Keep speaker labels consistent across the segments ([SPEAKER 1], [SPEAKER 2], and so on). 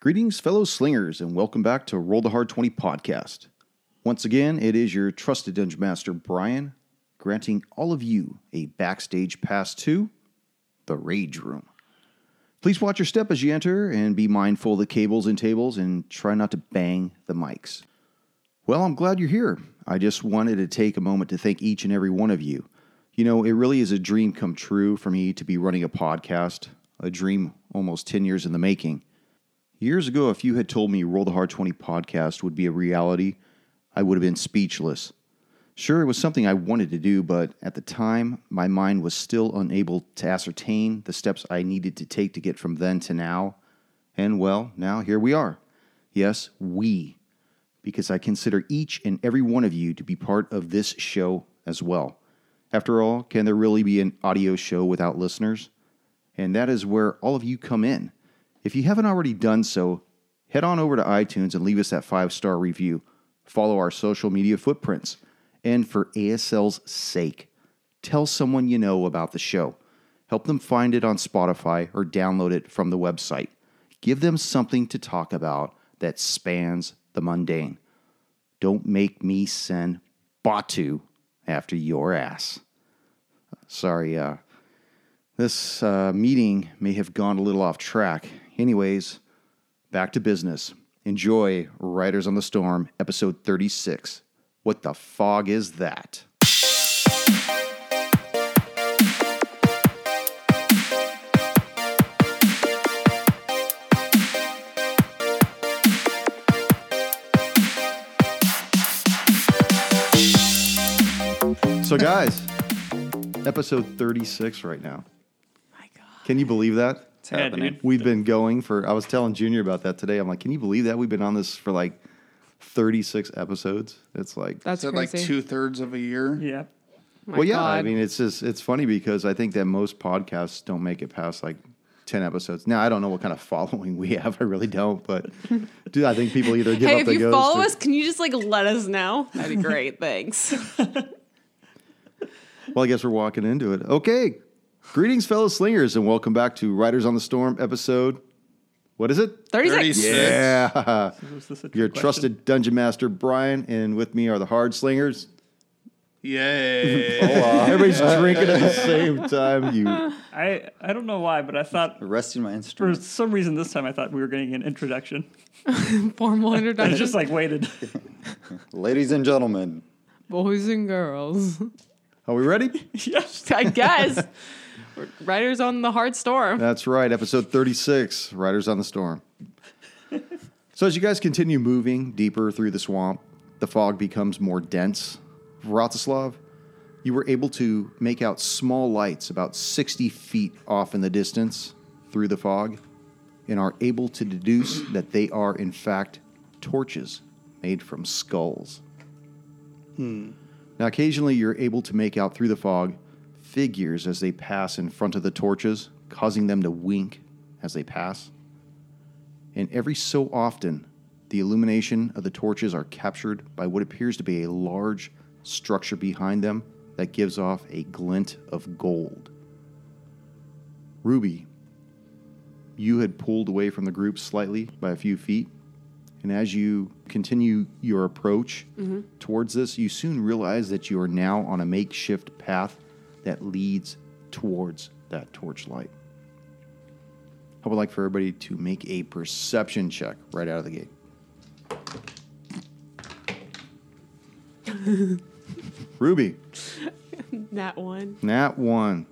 [SPEAKER 1] Greetings, fellow slingers, and welcome back to Roll the Hard 20 podcast. Once again, it is your trusted Dungeon Master, Brian, granting all of you a backstage pass to the Rage Room. Please watch your step as you enter and be mindful of the cables and tables and try not to bang the mics. Well, I'm glad you're here. I just wanted to take a moment to thank each and every one of you. You know, it really is a dream come true for me to be running a podcast, a dream almost 10 years in the making. Years ago, if you had told me Roll the Hard 20 podcast would be a reality, I would have been speechless. Sure, it was something I wanted to do, but at the time, my mind was still unable to ascertain the steps I needed to take to get from then to now. And well, now here we are. Yes, we. Because I consider each and every one of you to be part of this show as well. After all, can there really be an audio show without listeners? And that is where all of you come in. If you haven't already done so, head on over to iTunes and leave us that five star review. Follow our social media footprints. And for ASL's sake, tell someone you know about the show. Help them find it on Spotify or download it from the website. Give them something to talk about that spans the mundane. Don't make me send Batu after your ass. Sorry, uh, this uh, meeting may have gone a little off track. Anyways, back to business. Enjoy Riders on the Storm, episode 36. What the fog is that? So, guys, episode 36 right now.
[SPEAKER 2] My God.
[SPEAKER 1] Can you believe that? It's
[SPEAKER 3] Yeah, happening. dude.
[SPEAKER 1] We've been going for, I was telling Junior about that today. I'm like, can you believe that? We've been on this for like 36 episodes. It's like,
[SPEAKER 2] That's
[SPEAKER 4] Is that
[SPEAKER 2] crazy.
[SPEAKER 4] like two thirds of a year?
[SPEAKER 3] Yeah.
[SPEAKER 2] My
[SPEAKER 1] well, yeah. I
[SPEAKER 2] God.
[SPEAKER 1] mean, it's just, it's funny because I think that most podcasts don't make it past like 10 episodes. Now, I don't know what kind of following we have. I really don't. But, dude, I think people either give
[SPEAKER 2] hey,
[SPEAKER 1] up
[SPEAKER 2] if
[SPEAKER 1] the
[SPEAKER 2] you
[SPEAKER 1] ghost.
[SPEAKER 2] follow
[SPEAKER 1] or-
[SPEAKER 2] us, can you just like let us know? That'd be great. Thanks.
[SPEAKER 1] Well, I guess we're walking into it. Okay. Greetings, fellow slingers, and welcome back to Riders on the Storm episode. What is it?
[SPEAKER 2] 36.
[SPEAKER 4] 36.
[SPEAKER 1] Yeah.
[SPEAKER 3] Was this a trick
[SPEAKER 1] Your
[SPEAKER 3] question?
[SPEAKER 1] trusted dungeon master, Brian, and with me are the hard slingers.
[SPEAKER 4] Yay.
[SPEAKER 1] Everybody's drinking at the same time. You
[SPEAKER 3] I, I don't know why, but I thought
[SPEAKER 5] Resting my
[SPEAKER 3] for
[SPEAKER 5] instrument.
[SPEAKER 3] some reason this time I thought we were getting an introduction.
[SPEAKER 2] Formal
[SPEAKER 3] I
[SPEAKER 2] introduction.
[SPEAKER 3] just like waited.
[SPEAKER 5] Ladies and gentlemen,
[SPEAKER 2] Boys and girls.
[SPEAKER 1] are we ready?
[SPEAKER 3] yes.
[SPEAKER 2] I guess. We're Riders on the hard storm.
[SPEAKER 1] That's right. Episode 36, Riders on the Storm. So as you guys continue moving deeper through the swamp, the fog becomes more dense. Vratislav, you were able to make out small lights about 60 feet off in the distance through the fog and are able to deduce that they are, in fact, torches made from skulls. Now, occasionally you're able to make out through the fog figures as they pass in front of the torches, causing them to wink as they pass. And every so often, the illumination of the torches are captured by what appears to be a large structure behind them that gives off a glint of gold. Ruby, you had pulled away from the group slightly by a few feet. And as you continue your approach towards this, you soon realize that you are now on a makeshift path that leads towards that torchlight. I would like for everybody to make a perception check right out of the gate. Ruby,
[SPEAKER 2] That one.
[SPEAKER 1] Nat 1.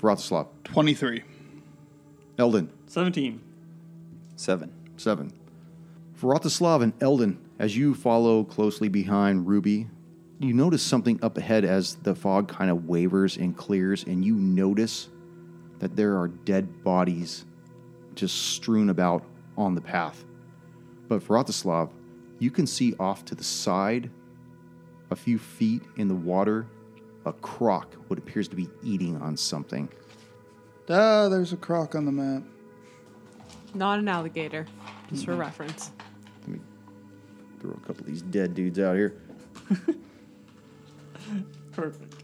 [SPEAKER 1] Vratislav.
[SPEAKER 4] 23.
[SPEAKER 1] Eldon.
[SPEAKER 3] 17.
[SPEAKER 5] seven.
[SPEAKER 1] Seven. Vratislav and Eldon, as you follow closely behind Ruby, you notice something up ahead as the fog kind of wavers and clears, and you notice that there are dead bodies just strewn about on the path. But Vratislav, you can see off to the side, a few feet in the water, a croc, what appears to be eating on something.
[SPEAKER 4] Ah, there's a croc on the map.
[SPEAKER 2] Not an alligator. Just for reference.
[SPEAKER 1] Let me throw a couple of these dead dudes out here.
[SPEAKER 3] Perfect.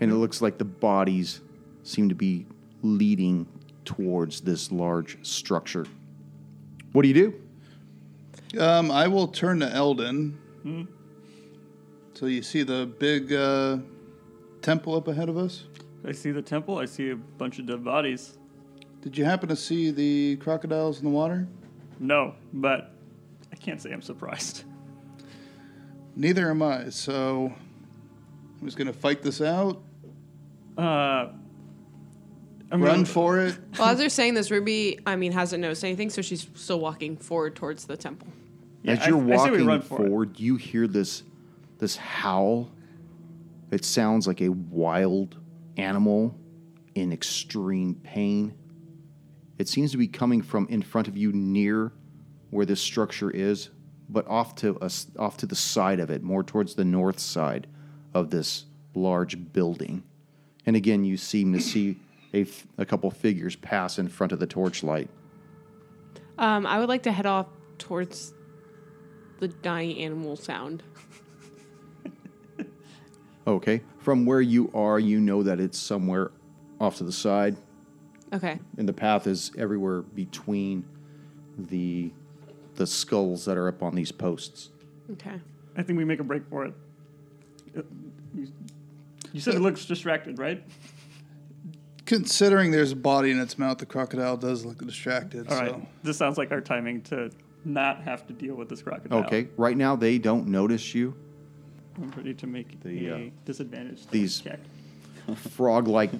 [SPEAKER 1] and it looks like the bodies seem to be leading towards this large structure. What do you do?
[SPEAKER 4] Um, I will turn to Eldon.
[SPEAKER 3] Hmm.
[SPEAKER 4] So you see the big uh, temple up ahead of us.
[SPEAKER 3] I see the temple. I see a bunch of dead bodies.
[SPEAKER 4] Did you happen to see the crocodiles in the water?
[SPEAKER 3] No, but I can't say I'm surprised.
[SPEAKER 4] Neither am I. So I'm just gonna fight this out.
[SPEAKER 3] Uh, I'm
[SPEAKER 4] Run
[SPEAKER 3] gonna-
[SPEAKER 4] for it.
[SPEAKER 6] Well, as they're saying this, Ruby, I mean, hasn't noticed anything, so she's still walking forward towards the temple.
[SPEAKER 3] Yeah,
[SPEAKER 1] As you're
[SPEAKER 3] I- I say we
[SPEAKER 1] walking
[SPEAKER 3] run for it.
[SPEAKER 1] forward, you hear this this howl. It sounds like a wild animal in extreme pain. It seems to be coming from in front of you near where this structure is, but off to us off to the side of it, more towards the north side of this large building. And again, you seem to see a, f- a couple figures pass in front of the torchlight.
[SPEAKER 6] Um, I would like to head off towards the dying animal sound.
[SPEAKER 1] Okay. From where you are, you know that it's somewhere off to the side,
[SPEAKER 6] Okay.
[SPEAKER 1] and the path is everywhere between the the skulls that are up on these posts.
[SPEAKER 6] Okay.
[SPEAKER 3] I think we make a break for it. Uh, you- You said it looks distracted, right?
[SPEAKER 4] Considering there's a body in its mouth, the crocodile does look distracted.
[SPEAKER 3] All right.
[SPEAKER 4] So
[SPEAKER 3] This sounds like our timing to not have to deal with this crocodile.
[SPEAKER 1] Okay. Right now, they don't notice you.
[SPEAKER 3] I'm ready to make
[SPEAKER 1] The,
[SPEAKER 3] a
[SPEAKER 1] uh,
[SPEAKER 3] disadvantage stealth
[SPEAKER 1] these-
[SPEAKER 3] check.
[SPEAKER 1] Frog-like,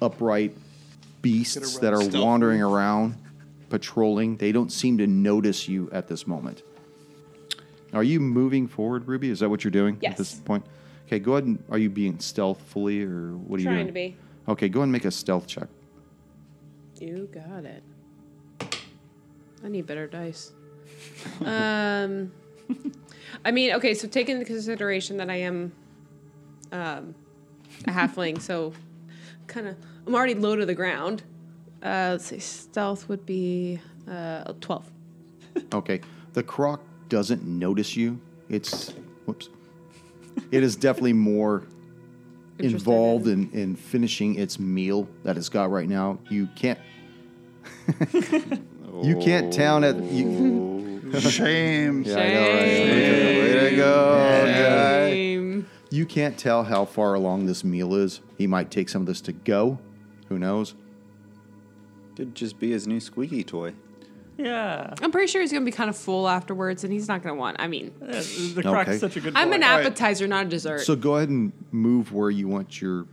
[SPEAKER 1] upright beasts that are
[SPEAKER 4] Stealth.
[SPEAKER 1] wandering around, patrolling. They don't seem to notice you at this moment. Are you moving forward, Ruby? Is that what you're doing at
[SPEAKER 6] Yes.
[SPEAKER 1] this point? Okay. Go ahead. And, are you being stealthfully, or what are you doing?
[SPEAKER 6] be.
[SPEAKER 1] Okay. Go ahead and make a stealth check.
[SPEAKER 6] You got it. I need better dice. um, I mean, okay, so take into consideration that I am um, a halfling, so kind of, I'm already low to the ground. Uh, let's see, stealth would be uh, 12.
[SPEAKER 1] Okay. The croc doesn't notice you. It's whoops. It is definitely more
[SPEAKER 6] Interested
[SPEAKER 1] involved in, in finishing its meal that it's got right now. You can't You can't town at
[SPEAKER 6] Oh.
[SPEAKER 1] you
[SPEAKER 4] shame.
[SPEAKER 5] Yeah, I know, right? Way to go, guy.
[SPEAKER 6] Um,
[SPEAKER 1] you can't tell how far along this meal is. He might take some of this to go. Who knows?
[SPEAKER 5] Could just be his new squeaky toy.
[SPEAKER 3] Yeah.
[SPEAKER 6] I'm pretty sure he's going to be kind of full afterwards, and he's not going to want, I mean,
[SPEAKER 3] Uh, The croc's
[SPEAKER 1] Okay.
[SPEAKER 3] such a good
[SPEAKER 6] I'm
[SPEAKER 3] boy.
[SPEAKER 6] an
[SPEAKER 4] All right.
[SPEAKER 6] appetizer, not a dessert.
[SPEAKER 1] So go ahead and move where you want your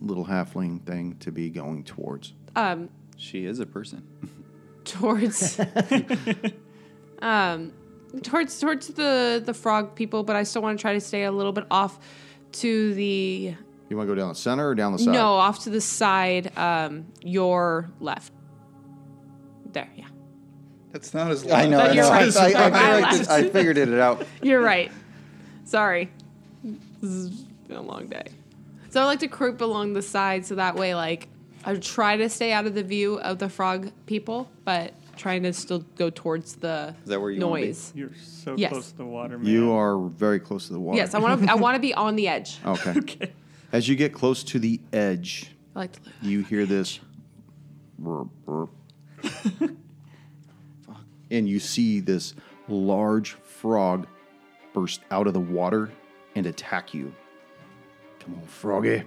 [SPEAKER 1] little halfling thing to be going towards.
[SPEAKER 6] um,
[SPEAKER 5] She is a person.
[SPEAKER 6] towards um towards towards the the frog people but i still want to try to stay a little bit off to the
[SPEAKER 1] You want to go down the center or down the side?
[SPEAKER 6] no off to the side um your left there yeah
[SPEAKER 4] That's not as.
[SPEAKER 5] I know.
[SPEAKER 6] But
[SPEAKER 5] I,
[SPEAKER 6] you're
[SPEAKER 5] know.
[SPEAKER 6] right.
[SPEAKER 5] I, I, I,
[SPEAKER 6] I
[SPEAKER 5] figured it- I figured it out.
[SPEAKER 6] you're right sorry this has been a long day so i like to creep along the side so that way like i try to stay out of the view of the frog people but trying to still go towards the
[SPEAKER 5] Is that where you wanna be?
[SPEAKER 6] noise
[SPEAKER 3] You're so
[SPEAKER 6] Yes.
[SPEAKER 3] close to the water, man.
[SPEAKER 1] You are very close to the water.
[SPEAKER 6] yes i want to i want to be on the edge
[SPEAKER 1] Okay.
[SPEAKER 3] Okay.
[SPEAKER 1] As you get close to the edge,
[SPEAKER 6] i like to
[SPEAKER 1] you hear this. burp, burp. and you see this large frog burst out of the water and attack you. Come on, froggy.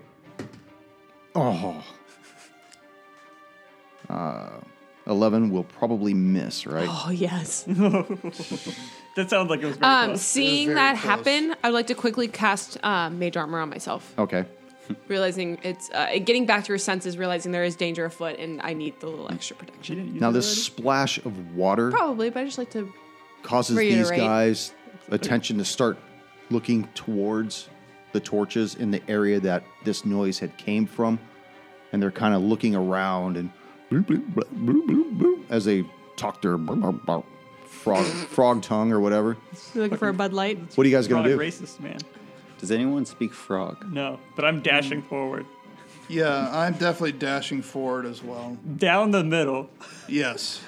[SPEAKER 1] Oh. Uh, 11 will probably miss, right?
[SPEAKER 6] Oh yes.
[SPEAKER 3] That sounds like it was very
[SPEAKER 6] Um,
[SPEAKER 3] close.
[SPEAKER 6] seeing
[SPEAKER 4] Very
[SPEAKER 6] that
[SPEAKER 4] close.
[SPEAKER 6] happen, I'd like to quickly cast um, mage armor on myself,
[SPEAKER 1] Okay.
[SPEAKER 6] realizing it's uh, getting back to her senses, realizing there is danger afoot, and I need the little extra
[SPEAKER 3] She
[SPEAKER 6] protection.
[SPEAKER 3] didn't use
[SPEAKER 1] Now,
[SPEAKER 3] it
[SPEAKER 1] this
[SPEAKER 3] already?
[SPEAKER 1] splash of water.
[SPEAKER 6] Probably, but I just like to.
[SPEAKER 1] causes these
[SPEAKER 6] Reiterate.
[SPEAKER 1] guys' attention to start looking towards the torches in the area that this noise had came from, and they're kind of looking around and bloop, bloop, bloop, bloop, bloop, bloop, as they talk their bark, bark, bark, frog frog tongue or whatever.
[SPEAKER 6] You're looking for a Bud Light.
[SPEAKER 1] What are you guys gonna
[SPEAKER 3] Frog
[SPEAKER 1] do?
[SPEAKER 3] racist, man.
[SPEAKER 5] Does anyone speak frog?
[SPEAKER 3] No, but I'm dashing
[SPEAKER 1] Mm.
[SPEAKER 3] forward.
[SPEAKER 4] Yeah, I'm definitely dashing forward as well.
[SPEAKER 3] Down the middle.
[SPEAKER 4] Yes.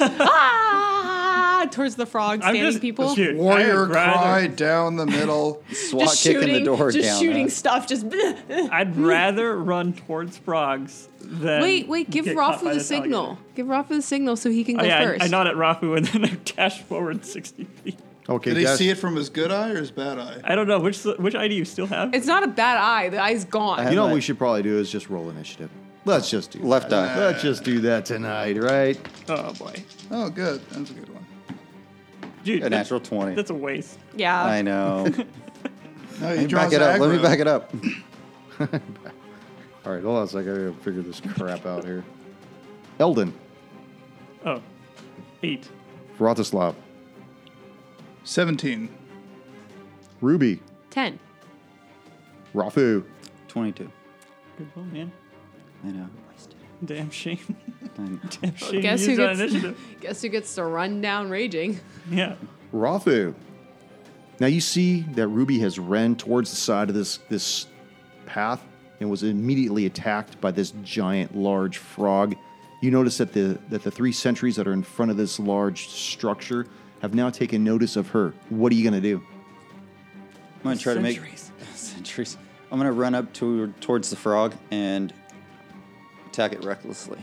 [SPEAKER 6] ah! Towards the
[SPEAKER 3] I'm
[SPEAKER 6] frog standing
[SPEAKER 3] just
[SPEAKER 6] people.
[SPEAKER 3] Dude,
[SPEAKER 4] Warrior
[SPEAKER 3] I'd rather-
[SPEAKER 4] cry down the middle.
[SPEAKER 5] SWAT
[SPEAKER 6] Just
[SPEAKER 5] kicking
[SPEAKER 6] shooting,
[SPEAKER 5] the door
[SPEAKER 6] just
[SPEAKER 5] down.
[SPEAKER 6] shooting
[SPEAKER 5] at-
[SPEAKER 6] stuff. Just
[SPEAKER 3] I'd rather run towards frogs then
[SPEAKER 6] Hmm. Wait, wait, give
[SPEAKER 3] get caught
[SPEAKER 6] Rafu
[SPEAKER 3] by
[SPEAKER 6] the
[SPEAKER 3] this alligator.
[SPEAKER 6] signal. Give Rafu the signal so he can
[SPEAKER 3] Oh,
[SPEAKER 6] go
[SPEAKER 3] yeah, I-
[SPEAKER 6] first.
[SPEAKER 3] I, nod at Rafu and then I dash forward 60 feet.
[SPEAKER 1] Okay,
[SPEAKER 4] Did he
[SPEAKER 1] dash,
[SPEAKER 4] see it from his good eye or his bad eye?
[SPEAKER 3] I don't know which which eye do you still have.
[SPEAKER 6] It's not a bad eye. The eye's gone.
[SPEAKER 5] I
[SPEAKER 1] you
[SPEAKER 5] have-
[SPEAKER 1] know what we should probably do is just roll initiative. Let's just do
[SPEAKER 5] Left
[SPEAKER 1] that.
[SPEAKER 5] eye.
[SPEAKER 1] Let's just do that tonight, right?
[SPEAKER 3] oh boy,
[SPEAKER 4] Oh, good. That's a good one.
[SPEAKER 3] dude,
[SPEAKER 5] A
[SPEAKER 3] that's,
[SPEAKER 5] natural 20.
[SPEAKER 3] that's a waste.
[SPEAKER 6] yeah.
[SPEAKER 5] I know.
[SPEAKER 4] No, he
[SPEAKER 5] Let me back
[SPEAKER 4] draws
[SPEAKER 5] it up. Let me
[SPEAKER 4] aggro.
[SPEAKER 5] back it up.
[SPEAKER 1] All right, hold on a second. I gotta figure this crap out here. Eldon,
[SPEAKER 3] Oh, eight.
[SPEAKER 1] Vratislav,
[SPEAKER 4] Seventeen.
[SPEAKER 1] Ruby,
[SPEAKER 6] 10.
[SPEAKER 1] Rafu,
[SPEAKER 5] 22.
[SPEAKER 3] Good roll, man.
[SPEAKER 5] I know.
[SPEAKER 3] Damn shame.
[SPEAKER 5] Dang.
[SPEAKER 3] Damn shame. you
[SPEAKER 6] guess who
[SPEAKER 3] used that
[SPEAKER 6] gets-
[SPEAKER 3] initiative.
[SPEAKER 6] Guess who gets to run down raging?
[SPEAKER 3] Yeah.
[SPEAKER 1] Rafu. Now you see that Ruby has ran towards the side of this this path and was immediately attacked by this giant large frog. You notice that the that the three sentries that are in front of this large structure have now taken notice of her. What are you gonna do?
[SPEAKER 5] I'm gonna try
[SPEAKER 3] Centuries.
[SPEAKER 5] to make centuries. I'm gonna run up to towards the frog and attack it recklessly.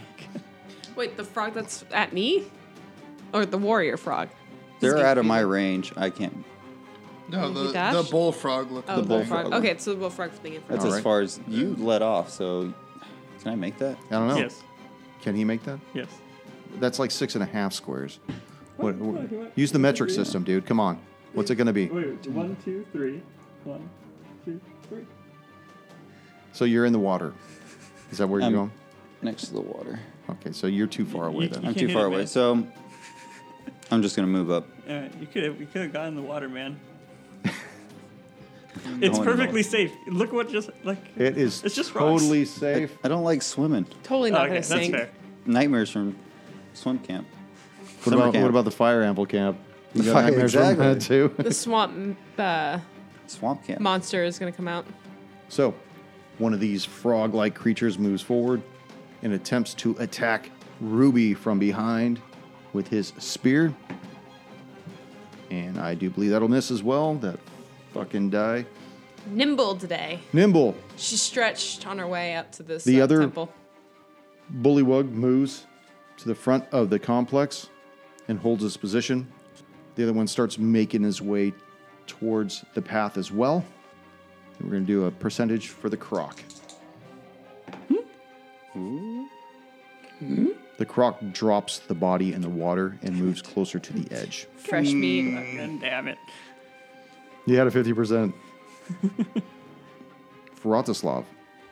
[SPEAKER 6] Wait, the frog that's at me? Or the warrior frog?
[SPEAKER 5] They're out of my range. I can't.
[SPEAKER 4] No, the,
[SPEAKER 6] dash?
[SPEAKER 4] the bullfrog looked.
[SPEAKER 6] Oh, the
[SPEAKER 5] bullfrog.
[SPEAKER 6] bullfrog. Okay, it's the bullfrog thing in front
[SPEAKER 5] That's
[SPEAKER 1] All
[SPEAKER 5] as
[SPEAKER 1] right.
[SPEAKER 5] far as you let off. So, can I make that?
[SPEAKER 1] I don't know.
[SPEAKER 3] Yes.
[SPEAKER 1] Can he make that?
[SPEAKER 3] Yes.
[SPEAKER 1] That's like six and a half squares. What, what- use the metric system, dude. Come on. What's it gonna be?
[SPEAKER 3] Wait, wait. One, two, three. One, two, three.
[SPEAKER 1] So you're in the water. Is that where you're
[SPEAKER 5] Um,
[SPEAKER 1] going?
[SPEAKER 5] Next to the water.
[SPEAKER 1] Okay, so you're too far away then.
[SPEAKER 5] I'm
[SPEAKER 3] can't
[SPEAKER 5] too
[SPEAKER 3] hit
[SPEAKER 5] far
[SPEAKER 3] it,
[SPEAKER 5] away.
[SPEAKER 3] man.
[SPEAKER 5] So, I'm just gonna move up.
[SPEAKER 3] All right, you could have you could have gotten in the water, man. it's
[SPEAKER 5] Going
[SPEAKER 3] perfectly
[SPEAKER 5] north.
[SPEAKER 3] safe. Look what just like
[SPEAKER 1] It is
[SPEAKER 3] It's just rocks.
[SPEAKER 1] totally
[SPEAKER 5] I,
[SPEAKER 1] safe.
[SPEAKER 5] I don't like swimming.
[SPEAKER 6] Totally
[SPEAKER 3] Oh,
[SPEAKER 6] not
[SPEAKER 3] okay,
[SPEAKER 6] going to
[SPEAKER 3] that's
[SPEAKER 6] sink.
[SPEAKER 3] fair.
[SPEAKER 5] Nightmares from swim camp.
[SPEAKER 1] What
[SPEAKER 5] Summer
[SPEAKER 1] about,
[SPEAKER 5] camp.
[SPEAKER 1] what about the fire ample camp? You
[SPEAKER 5] The
[SPEAKER 1] got
[SPEAKER 5] fire-
[SPEAKER 1] nightmares from
[SPEAKER 5] exactly.
[SPEAKER 1] that too.
[SPEAKER 6] The swamp uh,
[SPEAKER 5] swamp camp?
[SPEAKER 6] monster is going to come out.
[SPEAKER 1] so, one of these frog-like creatures moves forward and attempts to attack Ruby from behind with his spear. And I do believe that'll miss as well. That fucking die.
[SPEAKER 6] Nimble today.
[SPEAKER 1] Nimble
[SPEAKER 6] She stretched on her way up to this
[SPEAKER 1] The
[SPEAKER 6] uh,
[SPEAKER 1] other-
[SPEAKER 6] temple.
[SPEAKER 1] Bullywug moves to the front of the complex and holds his position. The other one starts making his way towards the path as well. And we're going to do a percentage for the croc. The croc drops the body in the water and moves closer to the edge.
[SPEAKER 6] Fresh meat.
[SPEAKER 1] Mm.
[SPEAKER 3] Fucking damn it.
[SPEAKER 1] You had a 50%. Vratislav.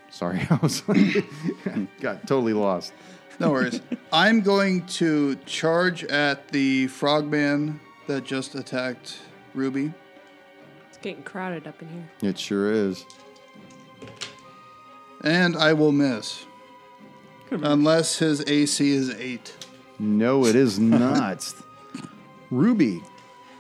[SPEAKER 1] Sorry, I was got totally lost.
[SPEAKER 4] No worries. I'm going to charge at the frogman that just attacked Ruby.
[SPEAKER 6] It's getting crowded up in here.
[SPEAKER 1] It sure is.
[SPEAKER 4] And I will miss. Unless his AC is eight.
[SPEAKER 1] No, it is not. Ruby,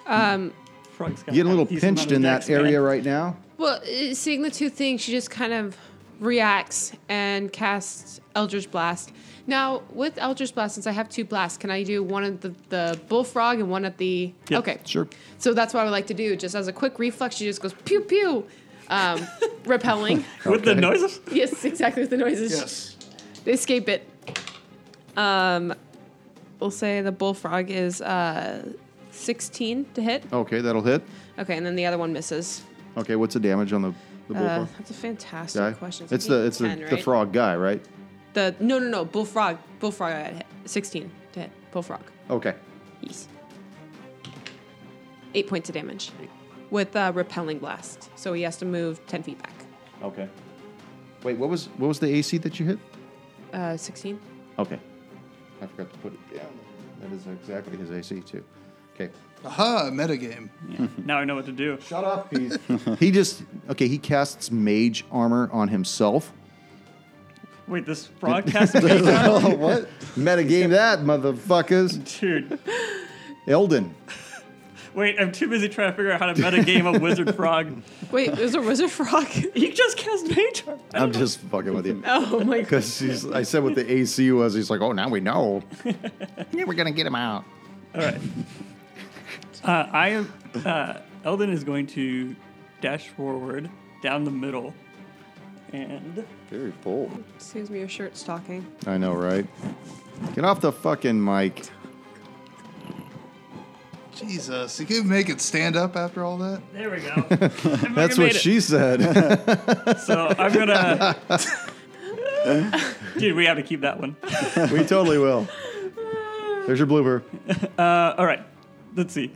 [SPEAKER 3] Frog's got
[SPEAKER 1] you getting a
[SPEAKER 3] half
[SPEAKER 1] little
[SPEAKER 3] decent
[SPEAKER 1] pinched
[SPEAKER 3] amount of
[SPEAKER 1] in
[SPEAKER 3] dex,
[SPEAKER 1] that
[SPEAKER 3] man.
[SPEAKER 1] area right now.
[SPEAKER 6] Well, uh, seeing the two things, she just kind of reacts and casts Eldritch Blast. Now, with Eldritch Blast, since I have two blasts, can I do one at the, the bullfrog and one at the.
[SPEAKER 3] Yeah,
[SPEAKER 6] okay.
[SPEAKER 1] Sure.
[SPEAKER 6] So that's what I would like to do. Just as a quick reflex, she just goes pew pew, um, repelling.
[SPEAKER 3] With the noises?
[SPEAKER 6] yes, exactly with the noises. They escape it. Um, we'll say the bullfrog is uh, 16 to hit.
[SPEAKER 1] Okay, that'll hit.
[SPEAKER 6] Okay, and then the other one misses.
[SPEAKER 1] Okay, what's the damage on the the
[SPEAKER 6] Uh,
[SPEAKER 1] bullfrog
[SPEAKER 6] that's a fantastic
[SPEAKER 1] guy?
[SPEAKER 6] question.
[SPEAKER 1] It's the it's the,
[SPEAKER 6] 10,
[SPEAKER 1] the
[SPEAKER 6] right?
[SPEAKER 1] frog guy, right?
[SPEAKER 6] The no no no bullfrog bullfrog I got hit 16 to hit bullfrog.
[SPEAKER 1] Okay,
[SPEAKER 6] Yes. Eight points of damage with uh, repelling blast. So he has to move 10 feet back.
[SPEAKER 1] okay. Wait, what was what was the AC that you hit?
[SPEAKER 6] Uh, 16.
[SPEAKER 1] Okay, I forgot to put it down. That is exactly his AC too. Okay,
[SPEAKER 4] Aha, metagame.
[SPEAKER 3] Now I know what to do.
[SPEAKER 1] Shut up, he's he just okay. He casts mage armor on himself.
[SPEAKER 3] Wait, this frog cast me?
[SPEAKER 1] oh, what? Metagame that, motherfuckers.
[SPEAKER 3] Dude.
[SPEAKER 1] Elden.
[SPEAKER 3] Wait, I'm too busy trying to figure out how to metagame a wizard frog.
[SPEAKER 6] Wait, there's a wizard frog.
[SPEAKER 3] You just cast mage armor.
[SPEAKER 1] I'm just fucking with you.
[SPEAKER 6] oh my god.
[SPEAKER 1] Because he's, I said what the AC was. He's like, oh, now we know. yeah, we're gonna get him out.
[SPEAKER 3] All right. Uh, I am. Uh, Eldon is going to dash forward down the middle And
[SPEAKER 5] Very bold.
[SPEAKER 6] Excuse me, your shirt's talking.
[SPEAKER 1] I know, right? Get off the fucking mic.
[SPEAKER 4] Jesus, you can make it stand up after all that.
[SPEAKER 3] there we go.
[SPEAKER 1] That's what she said.
[SPEAKER 3] So I'm gonna. Dude, we have to keep that one.
[SPEAKER 1] we totally will. There's your blooper.
[SPEAKER 3] Uh, all right, let's see.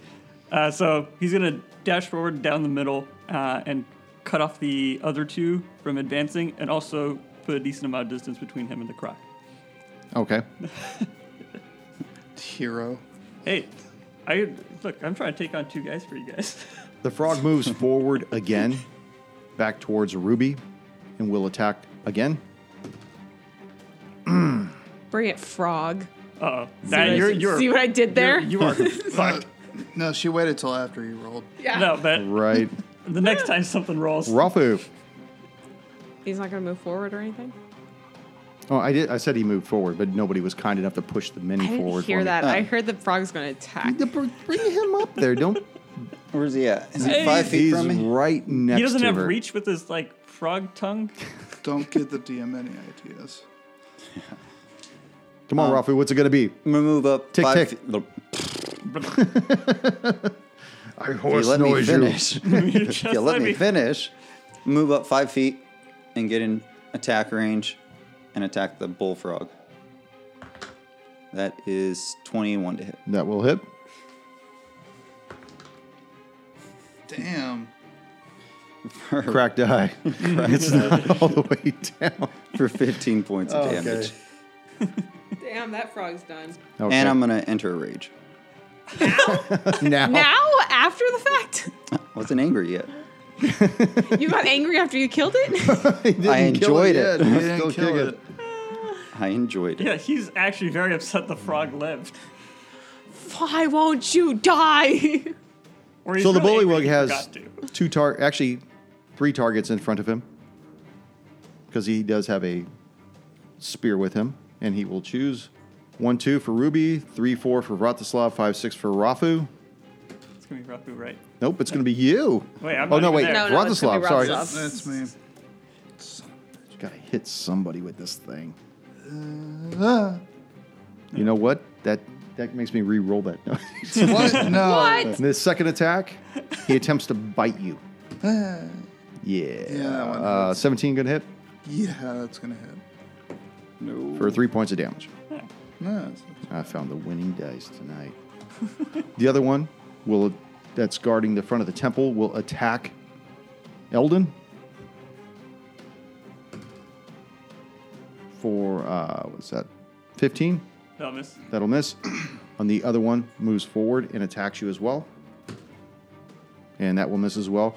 [SPEAKER 3] Uh, so he's gonna dash forward down the middle uh, and cut off the other two from advancing, and also put a decent amount of distance between him and the croc.
[SPEAKER 1] Okay.
[SPEAKER 4] Hero.
[SPEAKER 3] Hey, I look. I'm trying to take on two guys for you guys.
[SPEAKER 1] The frog moves forward again, back towards Ruby, and will attack again.
[SPEAKER 6] Bring it, frog.
[SPEAKER 3] Uh oh, that you're you're
[SPEAKER 6] See what I did there?
[SPEAKER 3] you're- you are fucked.
[SPEAKER 4] Uh, No, she waited till after you rolled.
[SPEAKER 6] yeah.
[SPEAKER 3] No, but
[SPEAKER 1] Right.
[SPEAKER 3] the next time something rolls,
[SPEAKER 1] Rafu.
[SPEAKER 6] He's not going to move forward or anything?
[SPEAKER 1] Oh, I did. I said he moved forward, but nobody was kind enough to push the men
[SPEAKER 6] I didn't
[SPEAKER 1] forward.
[SPEAKER 6] hear
[SPEAKER 1] for me. Uh.
[SPEAKER 6] that. I heard the frog's going to attack.
[SPEAKER 1] The- br- Bring him up there. Don't.
[SPEAKER 5] Where's he at? Is he five feet
[SPEAKER 1] He's
[SPEAKER 5] from me?
[SPEAKER 1] right next
[SPEAKER 3] he doesn't
[SPEAKER 1] to
[SPEAKER 3] have
[SPEAKER 1] her.
[SPEAKER 3] reach with his like frog tongue.
[SPEAKER 4] Don't give the DM any ideas.
[SPEAKER 1] Come on, Rafu. What's it gonna be?
[SPEAKER 5] I'm gonna move up.
[SPEAKER 1] Tick,
[SPEAKER 5] five
[SPEAKER 1] tick.
[SPEAKER 5] feet- Look,
[SPEAKER 1] I
[SPEAKER 5] If
[SPEAKER 1] horse
[SPEAKER 5] you let me finish. if
[SPEAKER 3] You just
[SPEAKER 5] you let me
[SPEAKER 3] me-
[SPEAKER 5] finish, move up five feet and get in attack range and attack the bullfrog. That is 21 to hit.
[SPEAKER 1] That will hit.
[SPEAKER 4] Damn.
[SPEAKER 1] Cracked eye. it's not all the way down.
[SPEAKER 5] for 15 points of damage.
[SPEAKER 6] Damn, that frog's done.
[SPEAKER 1] Okay.
[SPEAKER 5] And I'm going to enter a rage.
[SPEAKER 1] now.
[SPEAKER 6] Oh. Now, after the fact?
[SPEAKER 5] Wasn't angry yet.
[SPEAKER 6] You got angry after you killed it?
[SPEAKER 5] I enjoyed it.
[SPEAKER 4] You didn't
[SPEAKER 1] Still
[SPEAKER 4] kill
[SPEAKER 1] kick
[SPEAKER 4] it.
[SPEAKER 1] it.
[SPEAKER 5] I enjoyed it.
[SPEAKER 3] Yeah, he's actually very upset the frog lived.
[SPEAKER 6] Why won't you die?
[SPEAKER 3] Or he's
[SPEAKER 1] So the
[SPEAKER 3] really angry
[SPEAKER 1] bullywug
[SPEAKER 3] he
[SPEAKER 1] has
[SPEAKER 3] forgot to.
[SPEAKER 1] two tar actually three targets in front of him because he does have a spear with him, and he will choose one two for Ruby, three four for Vratislav, five six for Rafu.
[SPEAKER 3] It's gonna be Rapu, right?
[SPEAKER 1] Nope, it's going to be you.
[SPEAKER 3] Wait, I'm
[SPEAKER 1] oh
[SPEAKER 3] not
[SPEAKER 1] no,
[SPEAKER 3] even
[SPEAKER 1] wait,
[SPEAKER 3] there. No,
[SPEAKER 6] no, it's gonna
[SPEAKER 1] Vratislav.
[SPEAKER 6] be
[SPEAKER 1] Sorry,
[SPEAKER 6] Vratislav.
[SPEAKER 4] That's me.
[SPEAKER 1] gotta hit somebody with this thing.
[SPEAKER 4] Ah.
[SPEAKER 1] You know what? That that makes me re-roll that.
[SPEAKER 4] What? No.
[SPEAKER 6] What?
[SPEAKER 1] In his second attack, he attempts to bite you. Yeah.
[SPEAKER 4] Uh. that one
[SPEAKER 1] uh, 17 gonna hit
[SPEAKER 4] Yeah, that's gonna hit.
[SPEAKER 1] for three points of damage.
[SPEAKER 4] No, it's-
[SPEAKER 1] I found the winning dice tonight. the other one will that's guarding the front of the temple will attack Eldon for uh, what's that? 15.
[SPEAKER 3] No, miss.
[SPEAKER 1] That'll miss. On the other one moves forward and attacks you as well. And that will miss as well.